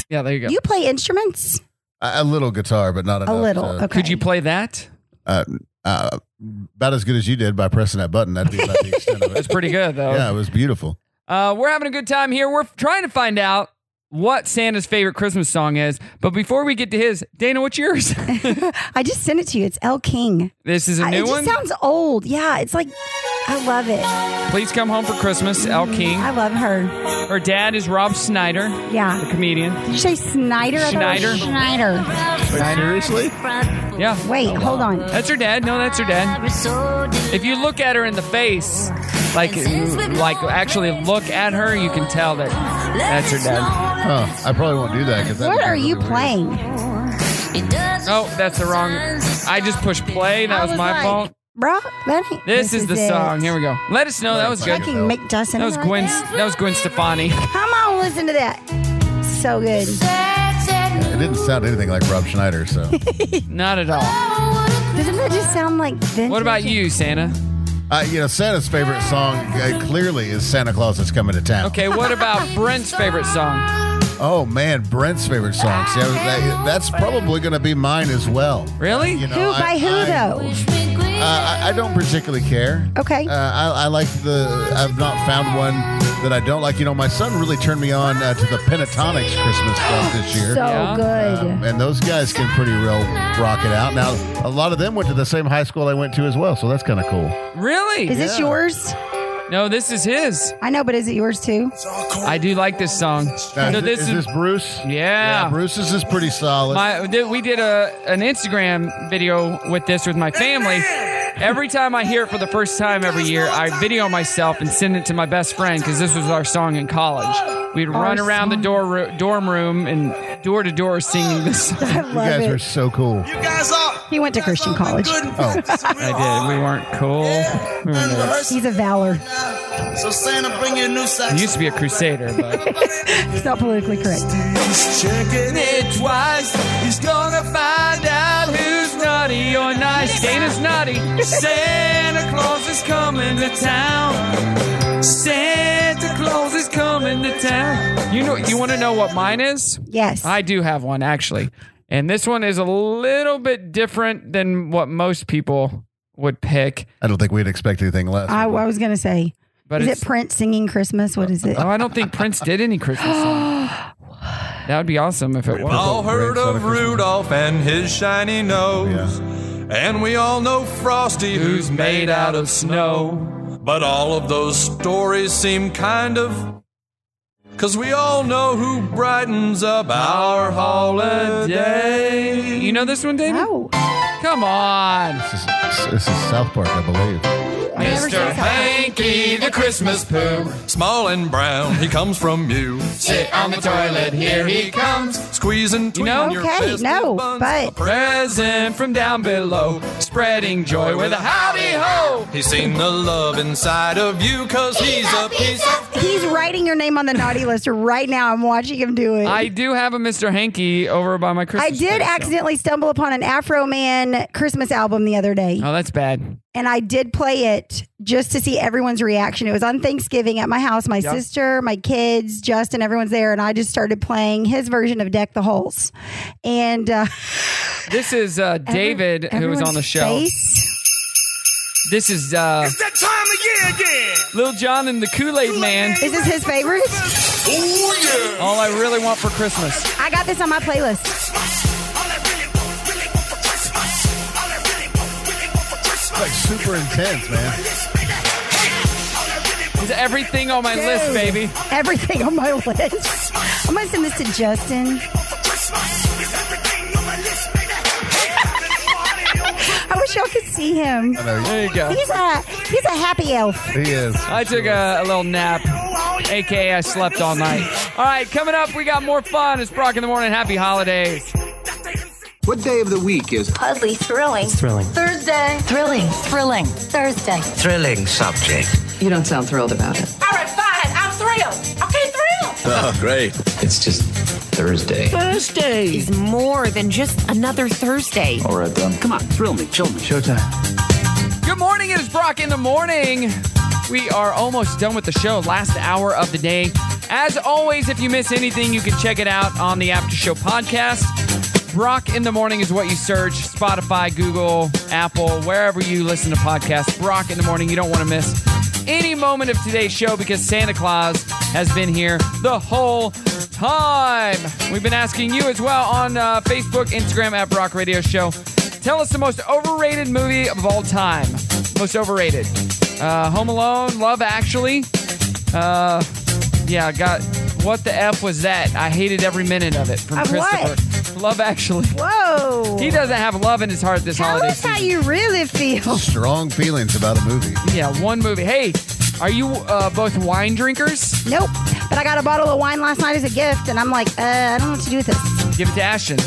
B: Yeah, Uh, there you go.
D: You play instruments?
E: a, a little guitar, but not enough.
D: little, okay. Could you
B: play that?
E: Uh, uh, about as good as you did by pressing that button. That'd be about the extent of it.
B: That's pretty good, though.
E: Yeah, it was beautiful.
B: Uh, we're having a good time here. We're trying to find out what Santa's favorite Christmas song is. But before we get to his, Dana, what's yours?
D: I just sent it to you. It's El King.
B: this is a
D: I-
B: new
D: it
B: one.
D: just sounds old. Yeah, it's like I love it.
B: Please come home for Christmas, El King.
D: I love her.
B: Her dad is Rob Snyder.
D: Yeah.
B: The comedian.
D: Did you say Snyder? I thought it was
B: Schneider.
D: Schneider.
B: Seriously? Yeah.
D: Wait, hold on.
B: That's her dad. No, that's her dad. If you look at her in the face, like like actually look at her, you can tell that that's her dad.
E: Oh, I probably won't do that because
D: What are you playing?
B: Oh, that's the wrong. I just pushed play. That was, my fault.
D: Bro, that ain't.
B: This, is, the
D: it.
B: song. Here we go. Let us know. That was good.
D: Fucking Mick Dustin
B: That was
D: right
B: Gwen.
D: now.
B: That was Gwen Stefani.
D: Come on, listen to that. So good.
E: It didn't sound anything like Rob Schneider, so.
B: Not at all.
D: Doesn't that just sound like vintage?
B: What about you, Santa?
E: Uh, you know, Santa's favorite song uh, clearly is Santa Claus is Coming to Town.
B: Okay, what about Brent's favorite song?
E: Oh, man, Brent's favorite song. See, I was- that- that's probably going to be mine as well.
B: Really?
E: You know,
D: who
E: I-
D: by who
E: I-
D: though?
E: Uh, I, I don't particularly care.
D: Okay.
E: Uh, I, I like the. I've not found one that I don't like. You know, my son really turned me on uh, to the Pentatonics Christmas Club this year.
D: Oh, So Yeah. good.
E: Um, and those guys can pretty well rock it out. Now, a lot of them went to the same high school I went to as well, so that's kind of cool.
B: Really?
D: Is this yours?
B: No, this is his.
D: I know, but is it yours too?
B: I do like this song.
E: Now,
B: so
E: is,
B: this
E: is
B: is,
E: this Bruce?
B: yeah.
E: Bruce's is pretty solid.
B: My, th- we did a an Instagram video with this with my family. Every time I hear it for the first time every year, I video myself and send it to my best friend because this was our song in college. We'd
E: Our
B: run around the door ro- dorm room and door to door singing this. Song.
D: I
E: you guys are so cool.
D: He went to Christian college.
E: Oh.
B: I did. We weren't cool. We were nerds.
D: He's a valor.
C: So Santa, bring your new
B: I used to be a crusader, but
D: It's not politically correct.
C: He's checking it twice. He's gonna find out who's
B: naughty or nice. Santa's naughty. Santa Claus is coming to town. Santa Claus is coming to town. You know, you want to know what mine is?
D: Yes.
B: I do have one actually, and this one is a little bit different than what most people would pick.
E: I don't think we'd expect anything less.
D: I, I was gonna say.
B: But
D: is
B: it's-
D: it Prince singing Christmas? What is it?
B: Oh, I don't think Prince did any Christmas song. That would be awesome if it
C: We've all
B: was.
C: heard of Rudolph and his shiny nose. And we all know Frosty, who's made out of snow. But all of those stories seem kind of. Cause we all know who brightens up our holiday.
B: You know this one, David?
D: No.
B: Come on.
E: This is, this is South Park, I believe.
C: Mr. Hanky, the Christmas poo. Small and brown, he comes from you. Sit on the toilet, here he comes. Squeezing
B: You know?
C: your
D: Okay,
C: fist
D: no,
C: with buns.
D: but-
C: A present from down below, spreading joy with a howdy ho. He's seen the love inside of you, cause he's, a piece of.
D: He's writing your name on the naughty list right now. I'm watching him do it.
B: I do have a Mr. Hanky over by my Christmas.
D: I did
B: tree, so-
D: accidentally stumble upon an Afro Man Christmas album the other day,
B: Oh, that's bad.
D: and I did play it just to see everyone's reaction. It was on Thanksgiving at my house. My
B: Yeah.
D: sister, my kids, Justin, everyone's there, and I just started playing his version of "Deck the Halls," and uh,
B: This is uh, David who was on the
D: everyone's
B: show.
D: face.
B: This is uh,
C: That time of year again!
B: Lil John and the Kool Aid Man.
D: Is this his favorite?
C: Oh, yeah!
B: All I really want for Christmas.
D: I got this on my playlist.
E: It's like super intense, man.
B: It's everything on my
D: Dude.
B: list, baby.
D: Everything on my list. I'm gonna send this to Justin. I wish y'all could see him.
B: There you go.
D: He's a he's a happy elf.
E: He is.
B: I took a, a little nap, aka I slept all night. All right, coming up, we got more fun. It's Brock in the morning. Happy holidays.
M: What day of the week is
L: Puzzly, thrilling.
M: thrilling?
L: Thursday. Thrilling. Thrilling. Thursday.
M: Thrilling subject.
R: You don't sound thrilled about it.
L: All right, fine. I'm thrilled. Okay, thrilled.
M: Oh, great. It's just Thursday.
R: Thursday is more than just another Thursday.
M: All right, then. Come on, thrill me, chill me. Showtime.
B: Good morning. It is Brock in the morning. We are almost done with the show. Last hour of the day. As always, if you miss anything, you can check it out on the After Show podcast. Brock in the morning is what you search Spotify, Google, Apple, wherever you listen to podcasts. Brock in the morning. You don't want to miss any moment of today's show because Santa Claus has been here the whole time. We've been asking you as well on uh, Facebook, Instagram at Brock Radio Show. Tell us the most overrated movie of all time. Most overrated. Uh, Home Alone, Love Actually. Uh, yeah, I got. What the F was that? I hated every minute of it from
D: Of what?
B: Christopher. Love Actually.
D: Whoa.
B: He doesn't have love in his heart this
D: Tell
B: holiday
D: us
B: season.
D: how you really feel.
E: Strong feelings about a movie.
B: Yeah, one movie. Hey, are you uh, both wine drinkers?
D: Nope. But I got a bottle of wine last night as a gift, and I'm like, uh, I don't know what to do with this
B: Give it to Ashton.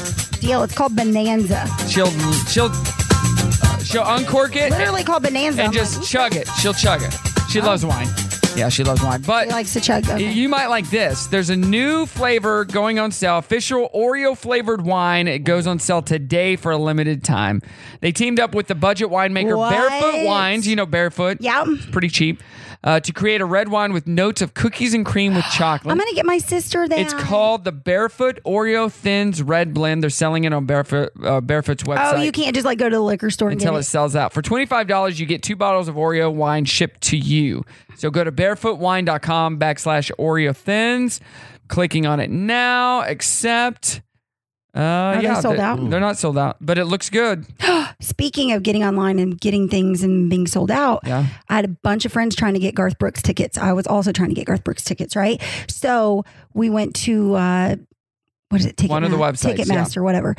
D: deal. It's called Bonanza.
B: She'll she'll uh, she'll uncork it.
D: Literally called Bonanza.
B: and just chug it. She'll chug it. She loves wine. Yeah, she loves wine. But
D: she likes to chug. Okay.
B: You might like this. There's a new flavor going on sale, official Oreo flavored wine. It goes on sale today for a limited time. They teamed up with the budget winemaker
D: What?
B: Barefoot Wines, you know Barefoot.
D: Yeah.
B: It's pretty cheap. Uh, to create a red wine with notes of cookies and cream with chocolate.
D: I'm gonna get my sister that.
B: It's called the Barefoot Oreo Thins Red Blend. They're selling it on Barefoot uh, Barefoot's website
D: Oh, you can't just like go to the liquor store and
B: until
D: get
B: it sells out. For $25, you get two bottles of Oreo wine shipped to you. So go to barefootwine.com backslash Oreo thins. Clicking on it now, accept. Uh,
D: they
B: yeah,
D: sold
B: they-
D: out?
B: They're not sold out, but it looks good.
D: Speaking of getting online and getting things and being sold out,
B: Yeah.
D: I had a bunch of friends trying to get Garth Brooks tickets. I was also trying to get Garth Brooks tickets, right? So we went to uh, what is it? Ticketmaster,
B: One of the websites, yeah.
D: Ticketmaster, whatever.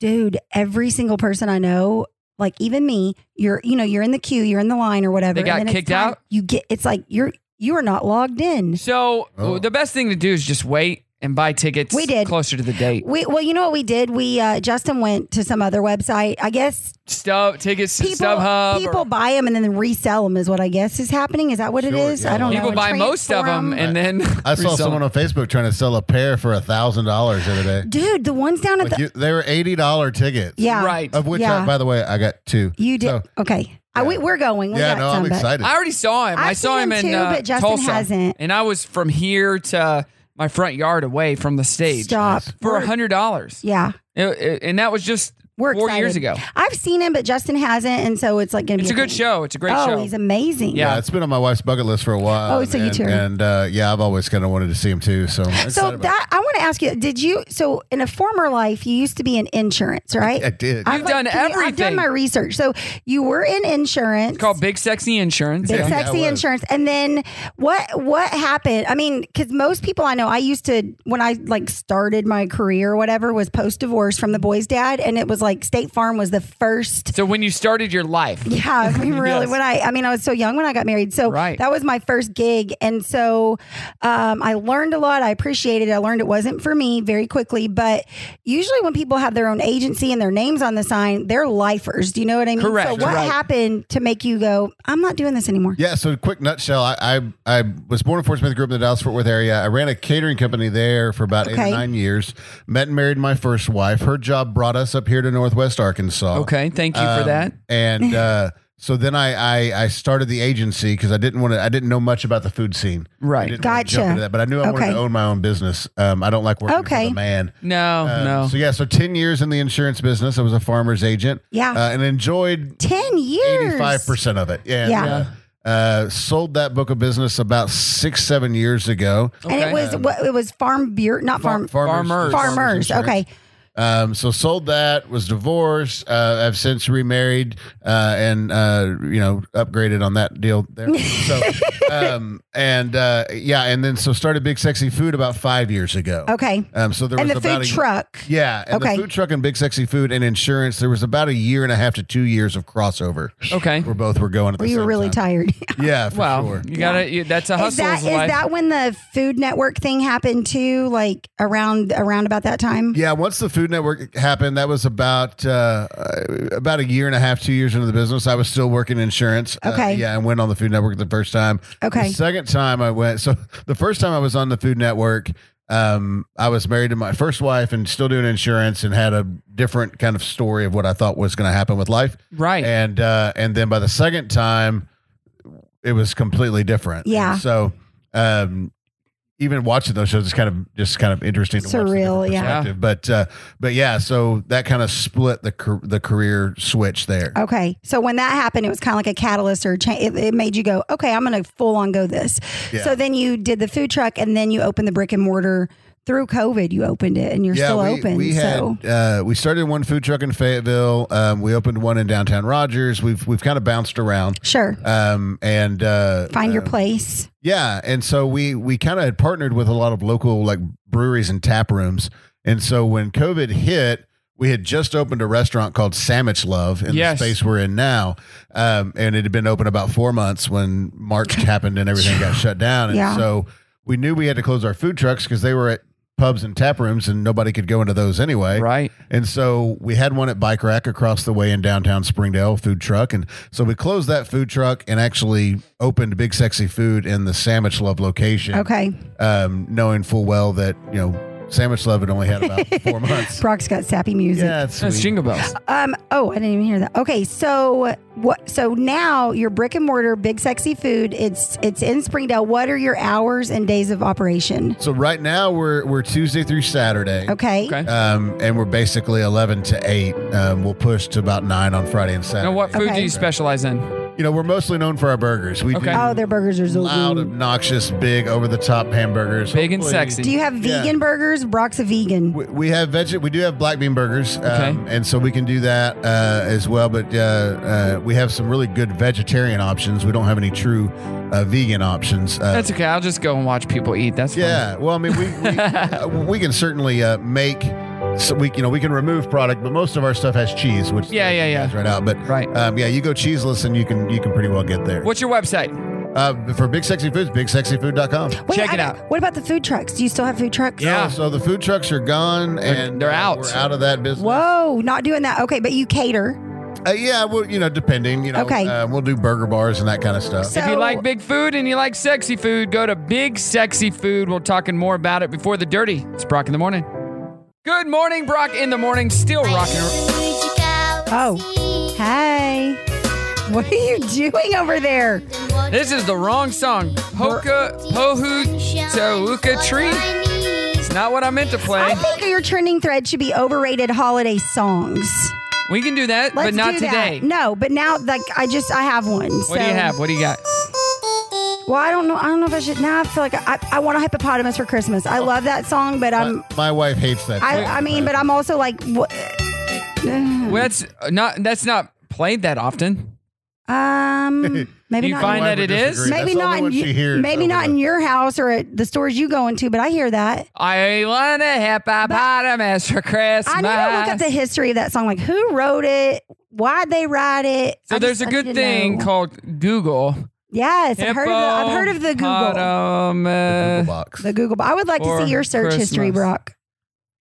D: Dude, every single person I know, like even me, you're you know you're in the queue, you're in the line or whatever.
B: They got
D: and then it's
B: kicked
D: time-
B: out?
D: You get it's like you're you are not logged in.
B: So the best thing to do is just wait and buy tickets
D: We did.
B: closer to the date.
D: We well, you know what we did? We uh, Justin went to some other website. I guess
B: Stub, tickets to
D: people
B: StubHub. or-
D: people buy them and then resell them is what I guess is happening. Is that what it is? I don't know.
B: people
D: And
B: buy most of
D: transform
B: them and then
E: I
B: resell
E: saw
B: them.
E: someone on Facebook trying to sell a pair for a thousand dollars the other day.
D: Dude, the ones down at
E: Like
D: the
E: you, they were eighty dollar tickets.
D: Yeah. Right.
E: Of which,
D: Yeah.
E: I, by the way, I got two.
D: you did okay. I, we, we're going. We
E: Yeah,
D: got
E: no, I'm
D: some, but-
E: excited.
B: I already saw him. i
D: I've
B: saw
D: seen
B: him,
D: him
B: in
D: too,
B: uh,
D: but Justin
B: Tulsa,
D: hasn't.
B: and I was from here to my front yard away from the stage.
D: Stop.
B: for a hundred dollars.
D: Yeah.
B: and that was just
D: We're
B: four
D: excited.
B: years ago.
D: I've seen him, but Justin hasn't, and so it's like gonna
B: It's
D: be
B: a good
D: thing.
B: show. It's a great
D: oh,
B: show.
D: he's amazing.
E: Yeah. it's been on my wife's bucket list for a while.
D: Oh, so you
E: and,
D: too.
E: And uh, yeah, I've always kind of wanted to see him too. So, I'm excited
D: So
E: about
D: that I want to ask you: Did you? So in a former life, you used to be in insurance, right?
E: I did.
D: I've,
B: You've done
D: can you- I've
B: everything.
D: done my research. So you were in insurance.
B: Called Big Sexy Insurance.
D: Big
B: Yeah.
D: sexy insurance. And then what what happened? I mean, because most people I know, I used to when I like started my career or whatever was post divorce from the boy's dad, and it was like State Farm was the first.
B: So when you started your life,
D: Yeah, I mean, really.
B: Yes.
D: When I, I mean, I was so young when I got married, so that was my first gig, and so um, I learned a lot. I appreciated. it. I learned it wasn't for me very quickly, but usually when people have their own agency and their names on the sign, they're lifers. Do you know what I mean?
E: Correct,
D: So what
E: right.
D: happened to make you go? I'm not doing this anymore.
E: Yeah, so quick nutshell. I, I I was born in Fort Smith, grew up in the Dallas Fort Worth area. I ran a catering company there for about eight
D: Okay.
E: or nine years. Met and married my first wife. Her job brought us up here to Northwest Arkansas.
B: Okay, thank you for
E: Um,
B: that.
E: And uh, so then I, I I started the agency because I didn't want to. I didn't know much about the food scene.
B: Right.
E: I didn't wanna
D: Gotcha.
E: Jump into that, but I knew I wanted
D: Okay.
E: to own my own business. Um, I don't like working
D: Okay.
E: for the man.
B: No,
E: Um,
B: no.
E: So yeah, so ten years in the insurance business. I was a farmer's agent.
D: Yeah.
E: uh, and enjoyed
D: Ten years.
E: Eighty-five percent of it. Yeah.
D: Yeah.
E: Uh, uh, sold that book of business about six, seven years ago.
D: And it
E: Um,
D: was what it was farm beer, not farm
E: Farmers.
D: Farmers. Okay.
E: Um, so sold that, was divorced. Uh, I've since remarried uh, and uh, you know upgraded on that deal there. So um, and uh, yeah, and then so started Big Sexy Food about five years ago.
D: Okay.
E: Um, so there
D: and
E: was
D: the
E: about
D: food
E: a-
D: truck.
E: Yeah, and
D: Okay.
E: the food truck and Big Sexy Food and insurance. There was about a year and a half to two years of crossover.
B: Okay,
E: where both were going at the
D: Were you
E: same
D: were really
E: time.
D: tired?
E: Yeah, for
B: Wow,
E: sure.
B: you gotta. You, that's a
D: Is
B: hustle.
D: that is
B: life.
D: that when the Food Network thing happened too? Like around around about that time?
E: Yeah, once the Food Network happened, that was about uh, about a year and a half, two years into the business. I was still working insurance. Uh,
D: Okay.
E: yeah, and went on the Food Network the first time.
D: Okay.
E: The second time I went, so the first time I was on the Food Network, um, I was married to my first wife and still doing insurance and had a different kind of story of what I thought was going to happen with life.
B: Right.
E: And uh, and then by the second time, it was completely different.
D: Yeah.
E: And so. Um, even watching those shows is kind of just kind of interesting to watch the
D: Surreal,
E: different
D: yeah.
E: perspective. But uh, but yeah, so that kind of split the car- the career switch there.
D: Okay. So when that happened, it was kind of like a catalyst or a change. It, it made you go, okay, I'm going to full on go this.
E: Yeah.
D: So then you did the food truck and then you opened the brick and mortar through COVID. You opened it and you're
E: yeah,
D: still
E: we,
D: open.
E: we had
D: so
E: uh, we started one food truck in Fayetteville. Um, we opened one in downtown Rogers. We've we've kind of bounced around.
D: Sure.
E: Um, and uh,
D: find your
E: uh,
D: place.
E: Yeah, and so we we kind of had partnered with a lot of local like breweries and tap rooms, And so when COVID hit, we had just opened a restaurant called Sandwich Love in
S: Yes.
E: the space we're in now. Um, and it had been open about four months when March happened and everything got shut down. And
S: Yeah.
E: so we knew we had to close our food trucks because they were at pubs and tap rooms and nobody could go into those anyway. Right. And so we had one at Bike Rack across the way in downtown Springdale, food truck. And so we closed that food truck and actually opened Big Sexy Food in the Sandwich Love location.
D: Okay.
E: Um, knowing full well that, you know, Sandwich Love had only had about four months.
D: Brock's got sappy music.
E: Yeah, it's That's sweet. Jingle Bells.
D: Um. Oh, I didn't even hear that. Okay. So what? So now your brick and mortar, big sexy food. It's it's in Springdale. What are your hours and days of operation?
E: So right now we're we're Tuesday through Saturday.
D: Okay. Okay.
E: Um, and we're basically eleven to eight. Um, we'll push to about nine on Friday and Saturday.
B: Now, what food do you specialize in?
E: You know, we're mostly known for our burgers. We
B: Okay.
E: do
D: Oh, their burgers are so
E: loud,
D: good.
E: obnoxious, big, over the top hamburgers. Big and
D: Do you have vegan burgers? Brock's a vegan.
E: We have veg. We do have black bean burgers, um, and so we can do that uh, as well. But uh, uh, we have some really good vegetarian options. We don't have any true uh, vegan options. Uh,
B: That's okay. I'll just go and watch people eat. That's
E: yeah. Well, I mean, we we, uh, we can certainly uh, make so we you know we can remove product, but most of our stuff has cheese, which
B: Yeah, yeah, yeah.
E: is right out. But right, um, yeah, you go cheeseless, and you can you can pretty well get there.
B: What's your website?
E: Uh, for Big Sexy Foods, bigsexyfood.com.
D: Wait, I- What about the food trucks? Do you still have food trucks?
E: Yeah. so the food trucks are gone, and they're out. We're out of that business.
D: Whoa, not doing that. Okay, but you cater.
E: Uh, yeah, well, you know, depending, you know,
D: Okay.
E: uh, we'll do burger bars and that kind of stuff.
B: if you like big food and you like sexy food, go to Big Sexy Food. We're talking more about it before the dirty. It's Brock in the morning. Good morning, Brock in the morning. Still rocking.
D: Oh, hey, what are you doing over there?
B: This is the wrong song. Hoka Pohu Tauka Tree. It's not what I meant to play.
D: I think your trending thread should be overrated holiday songs.
B: we can do that,
D: Let's
B: but not
D: do that.
B: today.
D: No, but now, like, I just I have one.
B: What do you have? What do you got?
D: Well, I don't know. I don't know if I should. Now I feel like I, I want a hippopotamus for Christmas. I love that song, but I'm.
E: My wife hates that.
D: um, I, I mean, but I'm also like. What,
B: Well, that's not that's not played that often.
D: Um, maybe
B: You
D: not.
B: find that it is?
D: Maybe not. In you, maybe not in your house or at the stores you go into, but I hear that.
B: I want a hippopotamus for Christmas.
D: I need to look up the history of that song. Like, who wrote it? Why'd they write it?
B: So
D: I
B: there's
D: just-
B: a
D: I
B: good
D: need to
B: thing
D: know.
B: called Google.
D: Yes, I've heard of the, I've heard of the Google.
B: Hippopotamus.
D: The Google. I would like to
B: for
D: see your search history,
B: Christmas.
D: Brock.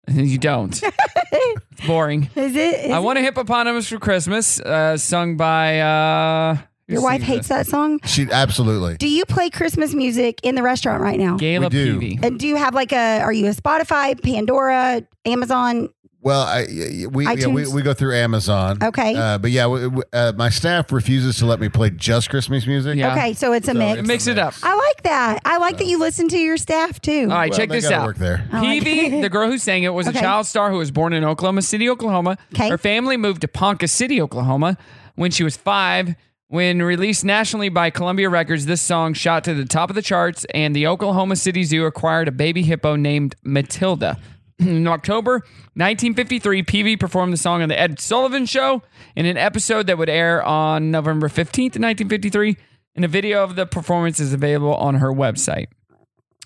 B: You don't. it's boring.
D: Is it? Is
B: I
D: it-
B: want a hippopotamus for Christmas, uh, sung by. Uh, who
D: Your wife
B: sings
D: hates that song.
E: She absolutely.
D: Do you play Christmas music in the restaurant right now?
B: Gala Peavy.
D: And do you have like a? Are you a Spotify, Pandora, Amazon?
E: Well, I, y- y- we, yeah, we
D: iTunes?
E: we go through Amazon.
D: Okay.
E: Uh, but yeah, we, we- uh, my staff refuses to let me play just Christmas music.
D: Okay, so it's a
E: So
D: mix. Oh.
E: it's a Mix it
B: up.
D: I like that. I like that you listen to your staff too.
B: All right, check this out.
E: Oh,
D: Oh.
B: Peavy, the girl who sang it, was
D: Okay.
B: a child star who was born in Oklahoma City, Oklahoma. Her family moved to Ponca City, Oklahoma, when she was five. When released nationally by Columbia Records, this song shot to the top of the charts, and the Oklahoma City Zoo acquired a baby hippo named Matilda. In October 1953, Peavy performed the song on The Ed Sullivan Show in an episode that would air on November 15th, 1953. And a video of the performance is available on her website.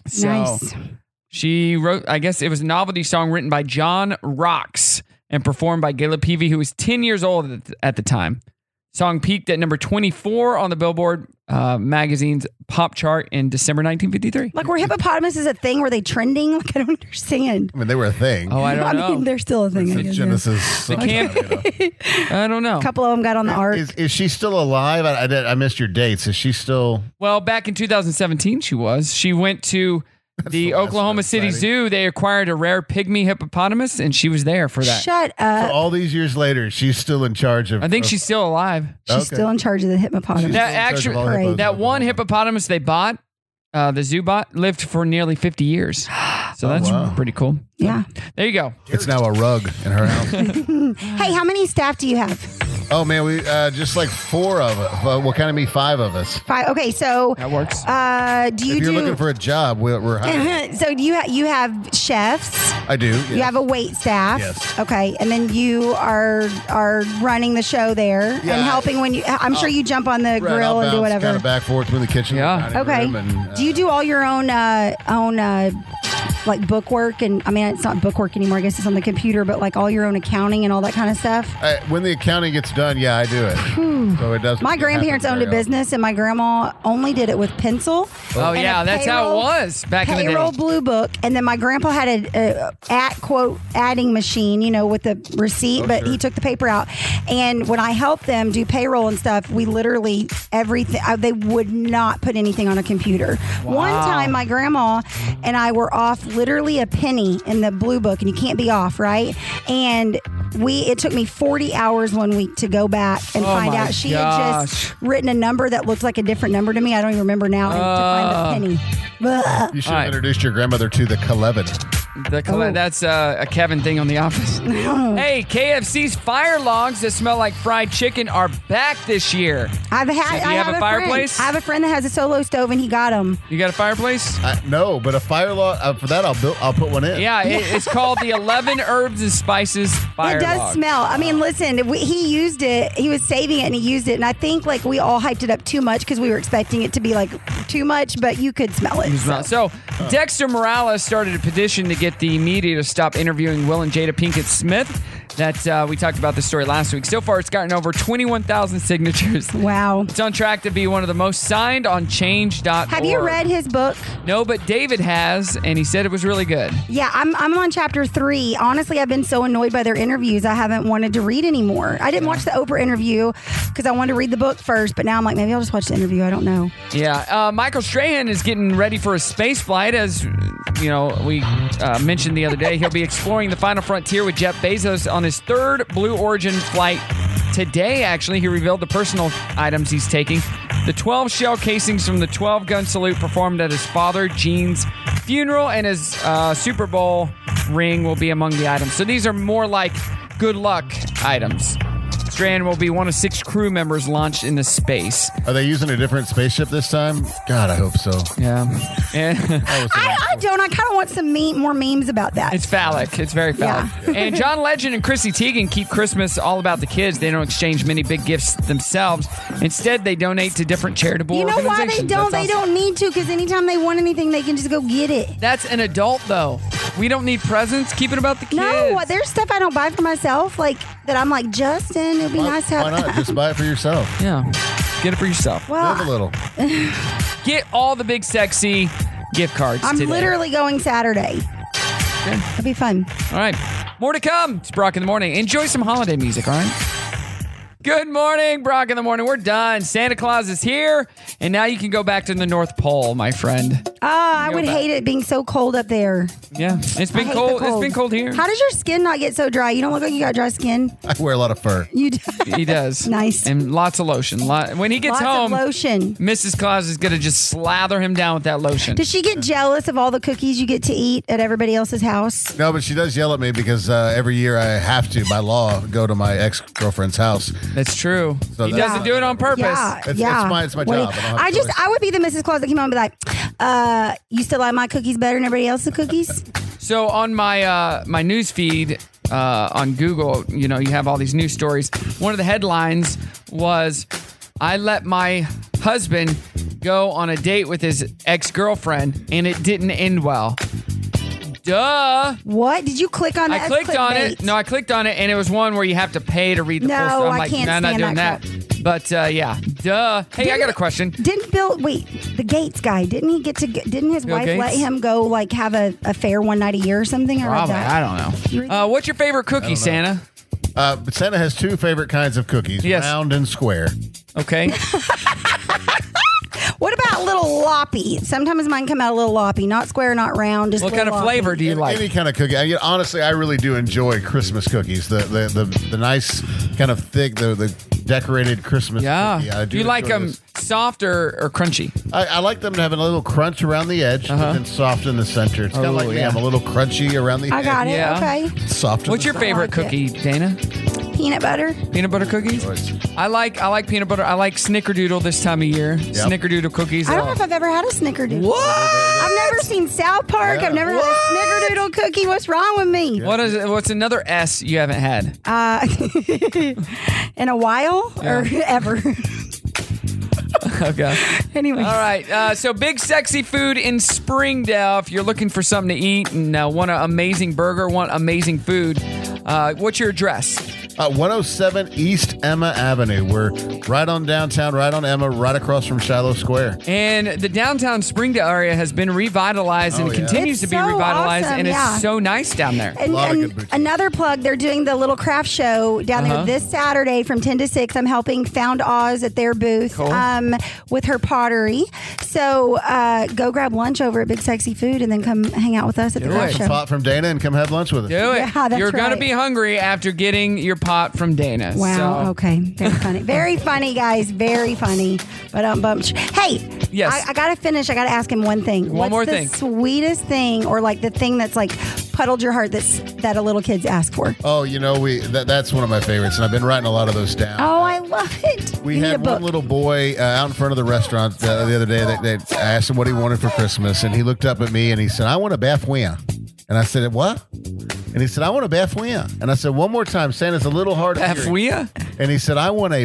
B: So
C: Nice.
B: she wrote, I guess it was a novelty song written by John Rocks and performed by Gayla Peavy, who was 10 years old at th- at the time. Song peaked at number 24 on the Billboard uh, magazine's pop chart in December 1953.
D: Like were hippopotamuses a thing? Were they trending? Like I don't understand.
E: I mean, they were a thing.
B: Oh, I don't know.
D: mean, they're still a thing. I
E: The
D: guess,
E: Genesis.
B: The camp- I don't know.
D: A couple of them got on the ark.
E: Is, is she still alive? I, I, did- I missed your dates. Is she still?
B: Well, back in 2017, she was. She went to the Oklahoma City Zoo. They acquired a rare pygmy hippopotamus, and she was there for that.
D: Shut up.
E: So all these years later, she's still in charge of.
B: I think
E: of-
B: she's still alive.
D: She's still in charge of the hippopotamus.
B: That actually, that one hippopotamus they bought, uh, the zoo bought, lived for nearly 50 years. So
D: Oh,
B: that's pretty cool.
D: Yeah.
B: There you go.
E: It's now a rug in her house.
D: hey, how many staff do you have?
E: oh man, we uh, just like four of us. Well, what kind of me? Five of us.
D: Five. Okay, so
E: That works.
D: Uh, do you
E: if you're
D: do?
E: looking for a job, we're, we're hiring.
D: so do you ha- you have chefs?
E: I do.
D: Uh-huh. You
E: yes.
D: have a wait staff.
E: Yes.
D: Okay, and then you are are running the show there
E: Yeah. Uh,
D: and helping when you. I'm sure you jump on the
E: Right,
D: grill
E: I'll
D: and do
E: bounce
D: whatever.
E: Kind of back forth between the kitchen. Yeah.
D: Okay. do you do all your own uh, own uh, like book work and I mean it's not book work anymore. I guess it's on the computer, but like all your own accounting and all that kind of stuff.
E: I, when the accounting gets done, yeah, I do it. so it doesn't.
D: My
E: happen
D: grandparents owned a
E: very often.
D: business, and my grandma only did it with pencil.
B: Oh,
D: and a
B: yeah, that's how it
D: payroll-
B: was back in the day.
D: Payroll blue book, and then my grandpa had a, uh at quote adding machine, you know, with the receipt,
S: Oh,
D: but
S: sure.
D: he took the paper out. And when I helped them do payroll and stuff, we literally everything I, they would not put anything on a computer. One
S: Wow.
D: time, my grandma and I were off literally a penny in the blue book, and you can't be off, right? And we it took me 40 hours one week to go back and
S: Oh,
D: find
S: my
D: out she had
S: gosh.
D: just written a number that looked like a different number to me. I don't even remember now and
B: Uh.
D: to find the penny.
E: You should have
B: Alright.
E: introduced your grandmother to the Kalevin.
B: The colle- That's uh, a Kevin thing on The Office. hey, KFC's fire logs that smell like fried chicken are back this year.
D: I've had.
B: Do you
D: I
B: have a
D: friend-
B: fireplace?
D: I have a friend that has a solo stove, and he got them.
B: You got a fireplace?
D: Uh,
E: I, no, but a fire log uh, for that. I'll build, I'll put one in.
B: Yeah, it, it's called the 11 Herbs and Spices Fire
D: it does
B: Log.
D: smell. I mean, listen, we, he used it. He was saving it, and he used it. And I think like we all hyped it up too much because we were expecting it to be like too much, but you could smell it.
B: He's not- So, Dexter Morales started a petition to get the media to stop interviewing Will and Jada Pinkett Smith. That uh, we talked about this story last week. So far, it's gotten over 21,000 signatures.
D: Wow.
B: It's on track to be one of the most signed on change.org.
D: Have you read his book?
B: No, but David has, and he said it was really good.
D: Yeah, I'm, I'm on chapter three. Honestly, I've been so annoyed by their interviews, I haven't wanted to read anymore. I didn't watch the Oprah interview because I wanted to read the book first, but now I'm like, maybe I'll just watch the interview. I don't know.
B: Yeah, uh, Michael Strahan is getting ready for a space flight. As you know, we uh, mentioned the other day, he'll be exploring the final frontier with Jeff Bezos on his third Blue Origin flight today. Actually, he revealed the personal items he's taking: the 12 shell casings from the 12-gun salute performed at his father Gene's funeral, and his uh, Super Bowl ring will be among the items. So these are more like good luck items. Strahan will be one of six crew members launched into space.
E: Are they using a different spaceship this time? God, I hope so.
B: Yeah.
D: I, I don't. I kind of want some me- more memes about that.
B: It's phallic. It's very phallic.
D: Yeah.
B: and John Legend and Chrissy Teigen keep Christmas all about the kids. They don't exchange many big gifts themselves. Instead, they donate to different charitable
D: You know why
B: organizations.
D: they don't? They
B: That's awesome.
D: don't need to because anytime they want anything, they can just go get it.
B: That's an adult though. We don't need presents. Keep it about the kids.
D: No, there's stuff I don't buy for myself, like that. I'm like Justin. It'd be nice to have.
E: Why not? Just buy it for yourself.
B: Yeah. Get it for yourself.
D: Well,
E: Live a little.
B: Get all the big sexy gift cards.
D: I'm
B: today.
D: literally going Saturday. It'll be fun.
B: All right. More to come. It's Brock in the morning. Enjoy some holiday music, all right? Good morning, Brock in the morning. We're done. Santa Claus is here, and now you can go back to the North Pole, my friend.
D: Oh, I
B: Go
D: would
B: back.
D: hate it being so cold up there.
B: Yeah, it's
D: I
B: been
D: hate the
B: cold. It's been cold here.
D: How does your skin not get so dry? You don't look like you got dry skin.
E: I wear a lot of fur.
D: You do.
B: he does. Nice. And lots of lotion. Lot- When he gets
D: Lots of
B: home,
D: lotion.
B: Mrs. Claus is gonna just slather him down with that lotion.
D: Does she get jealous of all the cookies you get to eat at everybody else's house?
E: No, but she does yell at me because uh, every year I have to, by law, go to my ex girlfriend's house.
B: That's true.
E: So
B: he
E: that's-
B: doesn't do it on purpose.
D: Yeah,
E: It's- it's
D: yeah.
E: my- it's my
D: What do you-
E: job. I don't have a
D: I, just,
E: choice.
D: I would be the Mrs. Claus that came out and be like, uh, "You still like my cookies better than everybody else's cookies?"
B: So on my uh, my news feed uh, on Google, you know, you have all these news stories. One of the headlines was, "I let my husband go on a date with his ex girlfriend, and it didn't end well." Duh.
D: What did you click on?
B: I
D: that?
B: clicked on
D: Clickbait.
B: it. No, I clicked on it, and it was one where you have to pay to read the
D: No,
B: full stuff. I'm
D: I
B: like,
D: can't
B: no, I'm not
D: stand
B: doing
D: that
B: that. But uh, yeah, duh. Hey, I got a question.
D: Didn't Bill wait? The Gates guy didn't he get to? g- Didn't his
B: Bill
D: wife
B: Gates?
D: let him go like have a affair one night a year or something? I read
B: Probably,
D: that.
B: Oh, I don't know. Uh, what's your favorite cookie, Santa?
E: Uh, but Santa has two favorite kinds of cookies round and square.
B: Okay.
D: What about little loppy? Sometimes mine come out a little loppy, not square, not round. Just little loppy.
B: do you like?
E: Any kind of cookie. I, honestly, I really do enjoy Christmas cookies. The the, the, the nice kind of thick, the, the decorated Christmas.
B: Yeah.
E: cookie. I
B: do you like
E: enjoy
B: them
E: those.
B: soft or, or crunchy?
E: I, I like them to have a little crunch around the edge, but then soft in the center. It's
B: Uh-huh.
E: kind
B: Oh,
E: of like me.
B: yeah.
E: I'm a little crunchy around the
D: I
E: edge.
D: got it.
B: Yeah.
D: Okay.
E: Soft. in
B: What's
E: the
B: your favorite
D: I like
B: cookie, Dana?
D: Peanut butter.
B: Peanut butter cookies? I like I like peanut butter. I like snickerdoodle this time of year. Snickerdoodle cookies.
D: I don't
B: Oh.
D: know if I've ever had a snickerdoodle.
B: What?
D: I've never seen South Park.
B: Yeah.
D: I've never had a snickerdoodle cookie. What's wrong with me?
B: What is it? What's another S you haven't had?
D: Uh, in a while or
B: Yeah.
D: ever?
B: okay.
D: Anyway.
B: All right. Uh, so, big sexy food in Springdale. If you're looking for something to eat and uh, want an amazing burger, want amazing food, uh, what's your address?
E: Uh, 107 East Emma Avenue. We're right on downtown, right on Emma, right across from Shiloh Square.
B: And the downtown Springdale area has been revitalized and
E: yeah.
B: continues to
D: It's
B: be
D: so
B: revitalized,
D: awesome,
B: and it's
D: yeah.
B: so nice down there.
D: And, and another plug, they're doing the little craft show down
B: Uh-huh.
D: there this Saturday from 10 to 6. I'm helping Found Oz at their booth
B: Cool.
D: um, with her pottery. So uh, go grab lunch over at Big Sexy Food and then come hang out with us at the
E: Grab
D: craft show.
E: some pot from Dana and come have lunch with us.
B: Do it.
D: Yeah, that's
B: You're gonna
D: right.
B: be hungry after getting your pot from Dana.
D: Wow.
B: so-
D: Okay. Very funny. Very funny, guys. Very funny. But um, bump. Hey.
B: Yes.
D: I, I gotta finish. I gotta ask him one thing.
B: One
D: What's
B: more
D: the
B: thing.
D: Sweetest thing, or like the thing that's like puddled your heart that's that a little kid's ask for.
E: Oh, you know, we that, that's one of my favorites, and I've been writing a lot of those down.
D: Oh, I love it.
E: We
D: you need a
E: had
D: book.
E: one little boy uh, out in front of the restaurant uh, the other day that, that I asked him what he wanted for Christmas, and he looked up at me and he said, "I want a bafouin." And I said, "What?" And he said, "I want a bafouin." And I said, "One more time, Santa's a little hard." of hearing."
B: Bafouin?
E: And he said, "I want a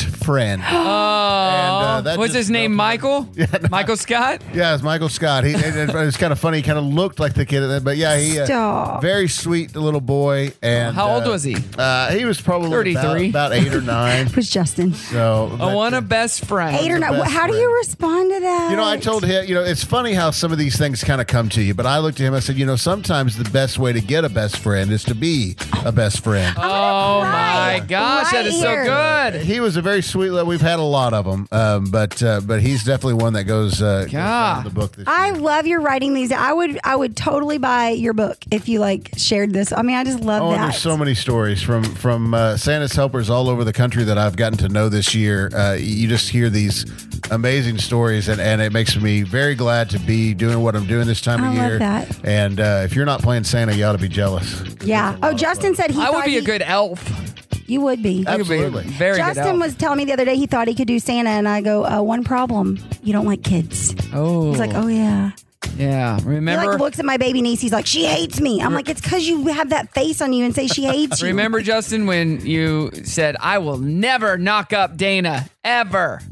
E: friend." uh,
B: Oh,
E: that
B: what's his name? Michael? Michael Scott?
E: Yeah, it's Michael Scott. He, it, it was kind of funny. He kind of looked like the kid, but yeah, he uh,
B: Stop.
E: very sweet little boy. And
B: How old
E: uh,
B: was he?
E: Uh, he was probably about,
B: 33.
E: about eight or nine.
D: was Justin.
E: So uh,
B: I want a best friend.
D: Eight or nine. How do you respond to that?
E: You know, I told him, you know, it's funny how some of these things kind of come to you, but I looked at him, I said, you know, sometimes the best way to get a best friend is to be a best friend.
B: Oh my gosh, that is so good.
E: He was a very sweet little, we've had a lot of them, um, but uh, but he's definitely one that goes, uh, goes down in the book. This
D: I love your writing these. I would I would totally buy your book if you like shared this. I mean, I just love
E: Oh, and
D: that.
E: there's so many stories from from uh, Santa's helpers all over the country that I've gotten to know this year. Uh, you just hear these amazing stories, and, and it makes me very glad to be doing what I'm doing this time
D: I
E: of
D: love
E: year.
D: that.
E: And uh, if you're not playing Santa, you ought to be jealous.
D: yeah. Oh, Justin said he
B: I would
D: thought
B: be a
D: he-
B: good elf.
D: You would be.
B: I would be a
E: Absolutely.
B: Very good elf.
D: Justin was telling me the other day he thought he could do Santa, and I go, uh, one problem, you don't like kids.
B: Oh.
D: He's like, oh yeah.
B: Yeah. Remember?
D: He like looks at my baby niece. He's like, she hates me. I'm like, it's because you have that face on you and say she hates you.
B: Remember, Justin, when you said, I will never knock up Dana, ever?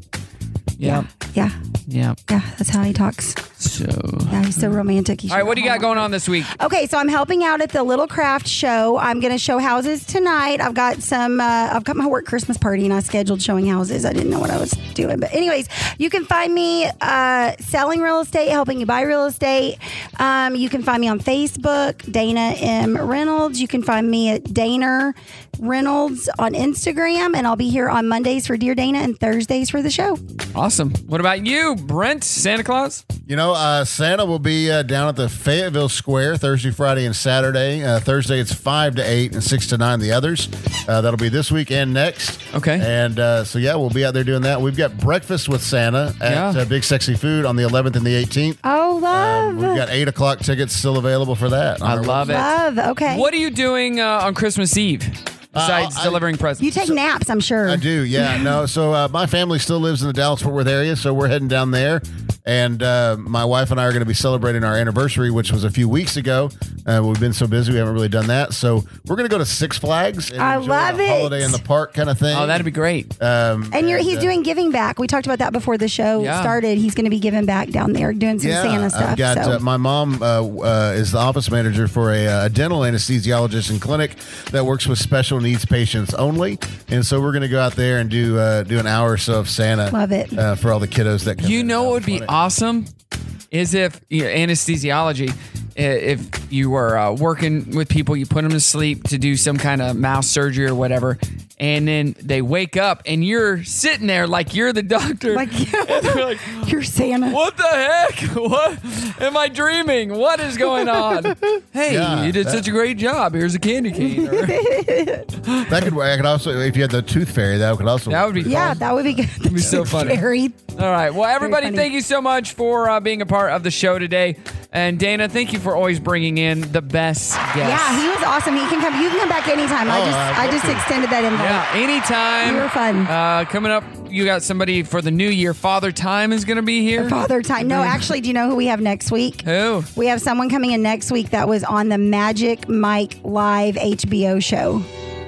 B: Yeah.
D: Yeah.
B: Yeah.
D: Yeah. That's how he talks.
B: So.
D: Yeah, he's so romantic. He
B: All right, what do you got going on this week?
D: Okay, so I'm helping out at the Little Craft Show. I'm going to show houses tonight. I've got some. Uh, I've got my work Christmas party, and I scheduled showing houses. I didn't know what I was doing, but anyways, you can find me uh, selling real estate, helping you buy real estate. Um, you can find me on Facebook, Dana M Reynolds. You can find me at Dana Reynolds on Instagram, and I'll be here on Mondays for Dear Dana and Thursdays for the show.
B: Awesome. What about you, Brent? Santa Claus?
E: You know, uh, Santa will be uh, down at the Fayetteville Square Thursday, Friday, and Saturday. Uh, Thursday, it's 5 to 8 and 6 to 9, the others. Uh, that'll be this week and next.
B: Okay.
E: And uh, so, yeah, we'll be out there doing that. We've got breakfast with Santa at uh, Big Sexy Food on the 11th and the 18th.
D: Oh, love.
E: We've got 8 o'clock tickets still available for that. I
B: love it.
D: Love. Okay.
B: What are you doing uh, on Christmas Eve besides delivering presents?
D: You take naps, I'm sure.
E: I do, yeah. No, so uh, my family still lives in the Dallas Fort Worth area, so we're heading down there. And uh, my wife and I are going to be celebrating our anniversary, which was a few weeks ago. Uh, we've been so busy, we haven't really done that. So we're going to go to Six Flags and
D: I
E: enjoy
D: love
E: a
D: it.
E: holiday in the park kind of thing.
B: Oh, that'd be great.
E: Um,
D: And you're, he's
E: uh,
D: doing giving back. We talked about that before the show
E: Yeah.
D: started. He's going to be giving back down there, doing some Santa stuff.
E: I've got
D: so.
E: uh, my mom uh, uh, is the office manager for a, uh, a dental anesthesiologist and clinic that works with special needs patients only, and so we're going to go out there and do uh, do an hour or so of Santa.
B: Love it.
E: uh, for all the kiddos that come.
B: You know what would be awesome is if you know, anesthesiology, i- if you were uh, working with people, you put them to sleep to do some kind of mouth surgery or whatever, and then they wake up and you're sitting there like you're the doctor. Like,
D: you're Santa.
B: What the heck? What am I dreaming? What is going on? Hey,
E: Yeah,
B: you did
E: that-
B: such a great job. Here's a candy cane. Or-
E: that could work. I could also if you had the tooth fairy, that could also.
B: That would be
D: yeah, that would be good. That'd
B: be so funny. All right. Well, everybody,
D: funny.
B: thank you so much for uh, being a part of the show today. And Dana, thank you for always bringing in the best guests.
D: Yeah, he was awesome. He can come. You can come back anytime. I
B: Oh,
D: just,
B: I'd
D: I
B: love
D: just
B: to.
D: extended that invite.
B: Yeah, anytime.
D: You were fun.
B: Uh, coming up, you got somebody for the new year. Father Time is going to be here.
D: Father time. No, actually, do you know who we have next week?
B: Who?
D: We have someone coming in next week that was on the Magic Mike Live HBO show.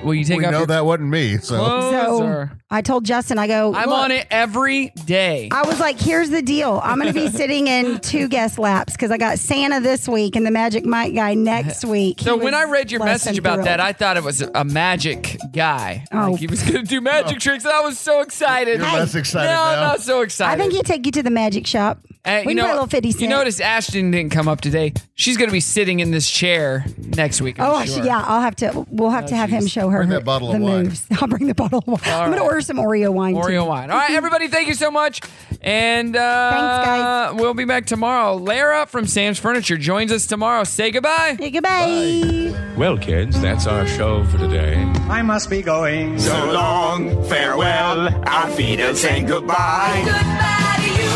B: Will you take
E: we
B: off
E: know
B: your
E: that wasn't me. So
B: clothes?
D: So-
B: or-
D: I told Justin, I go,
B: I'm
D: "Look,
B: on it every day.
D: I was like, here's the deal. I'm going to be sitting in two guest laps because I got Santa this week and the Magic Mike guy next week.
B: so
D: He
B: when
D: was
B: I read your
D: less
B: message
D: than
B: about
D: thrilled.
B: that, I thought it was a magic guy. Like he was going to do magic tricks. And I was so excited.
D: You're less
E: Oh. excited
B: No,
E: now.
B: I'm not so
D: I
B: excited.
D: think he'd take you to the magic shop.
B: Uh,
D: we
B: you
D: can
B: know,
D: play a little 50 cent.
B: you notice Ashton didn't come up today. She's going to be sitting in this chair next week. I'm
D: Oh
B: sure. Oh,
D: actually, yeah, I'll have to. We'll have to have him show her
B: Bring that
D: her-
B: bottle
D: the
B: of wine.
D: moves. I'll bring the bottle of wine. I'm
B: right.
D: gonna order some Oreo wine. too.
B: Oreo wine. All right, everybody, thank you so much. And uh,
D: Thanks,
B: guys. We'll be back tomorrow. Lara from Sam's Furniture joins us tomorrow. Say goodbye.
D: goodbye.
S: Well, kids, that's our show for today.
O: I must be going.
S: So long, farewell, our feet are saying goodbye. Goodbye to you.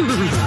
S: Goodbye.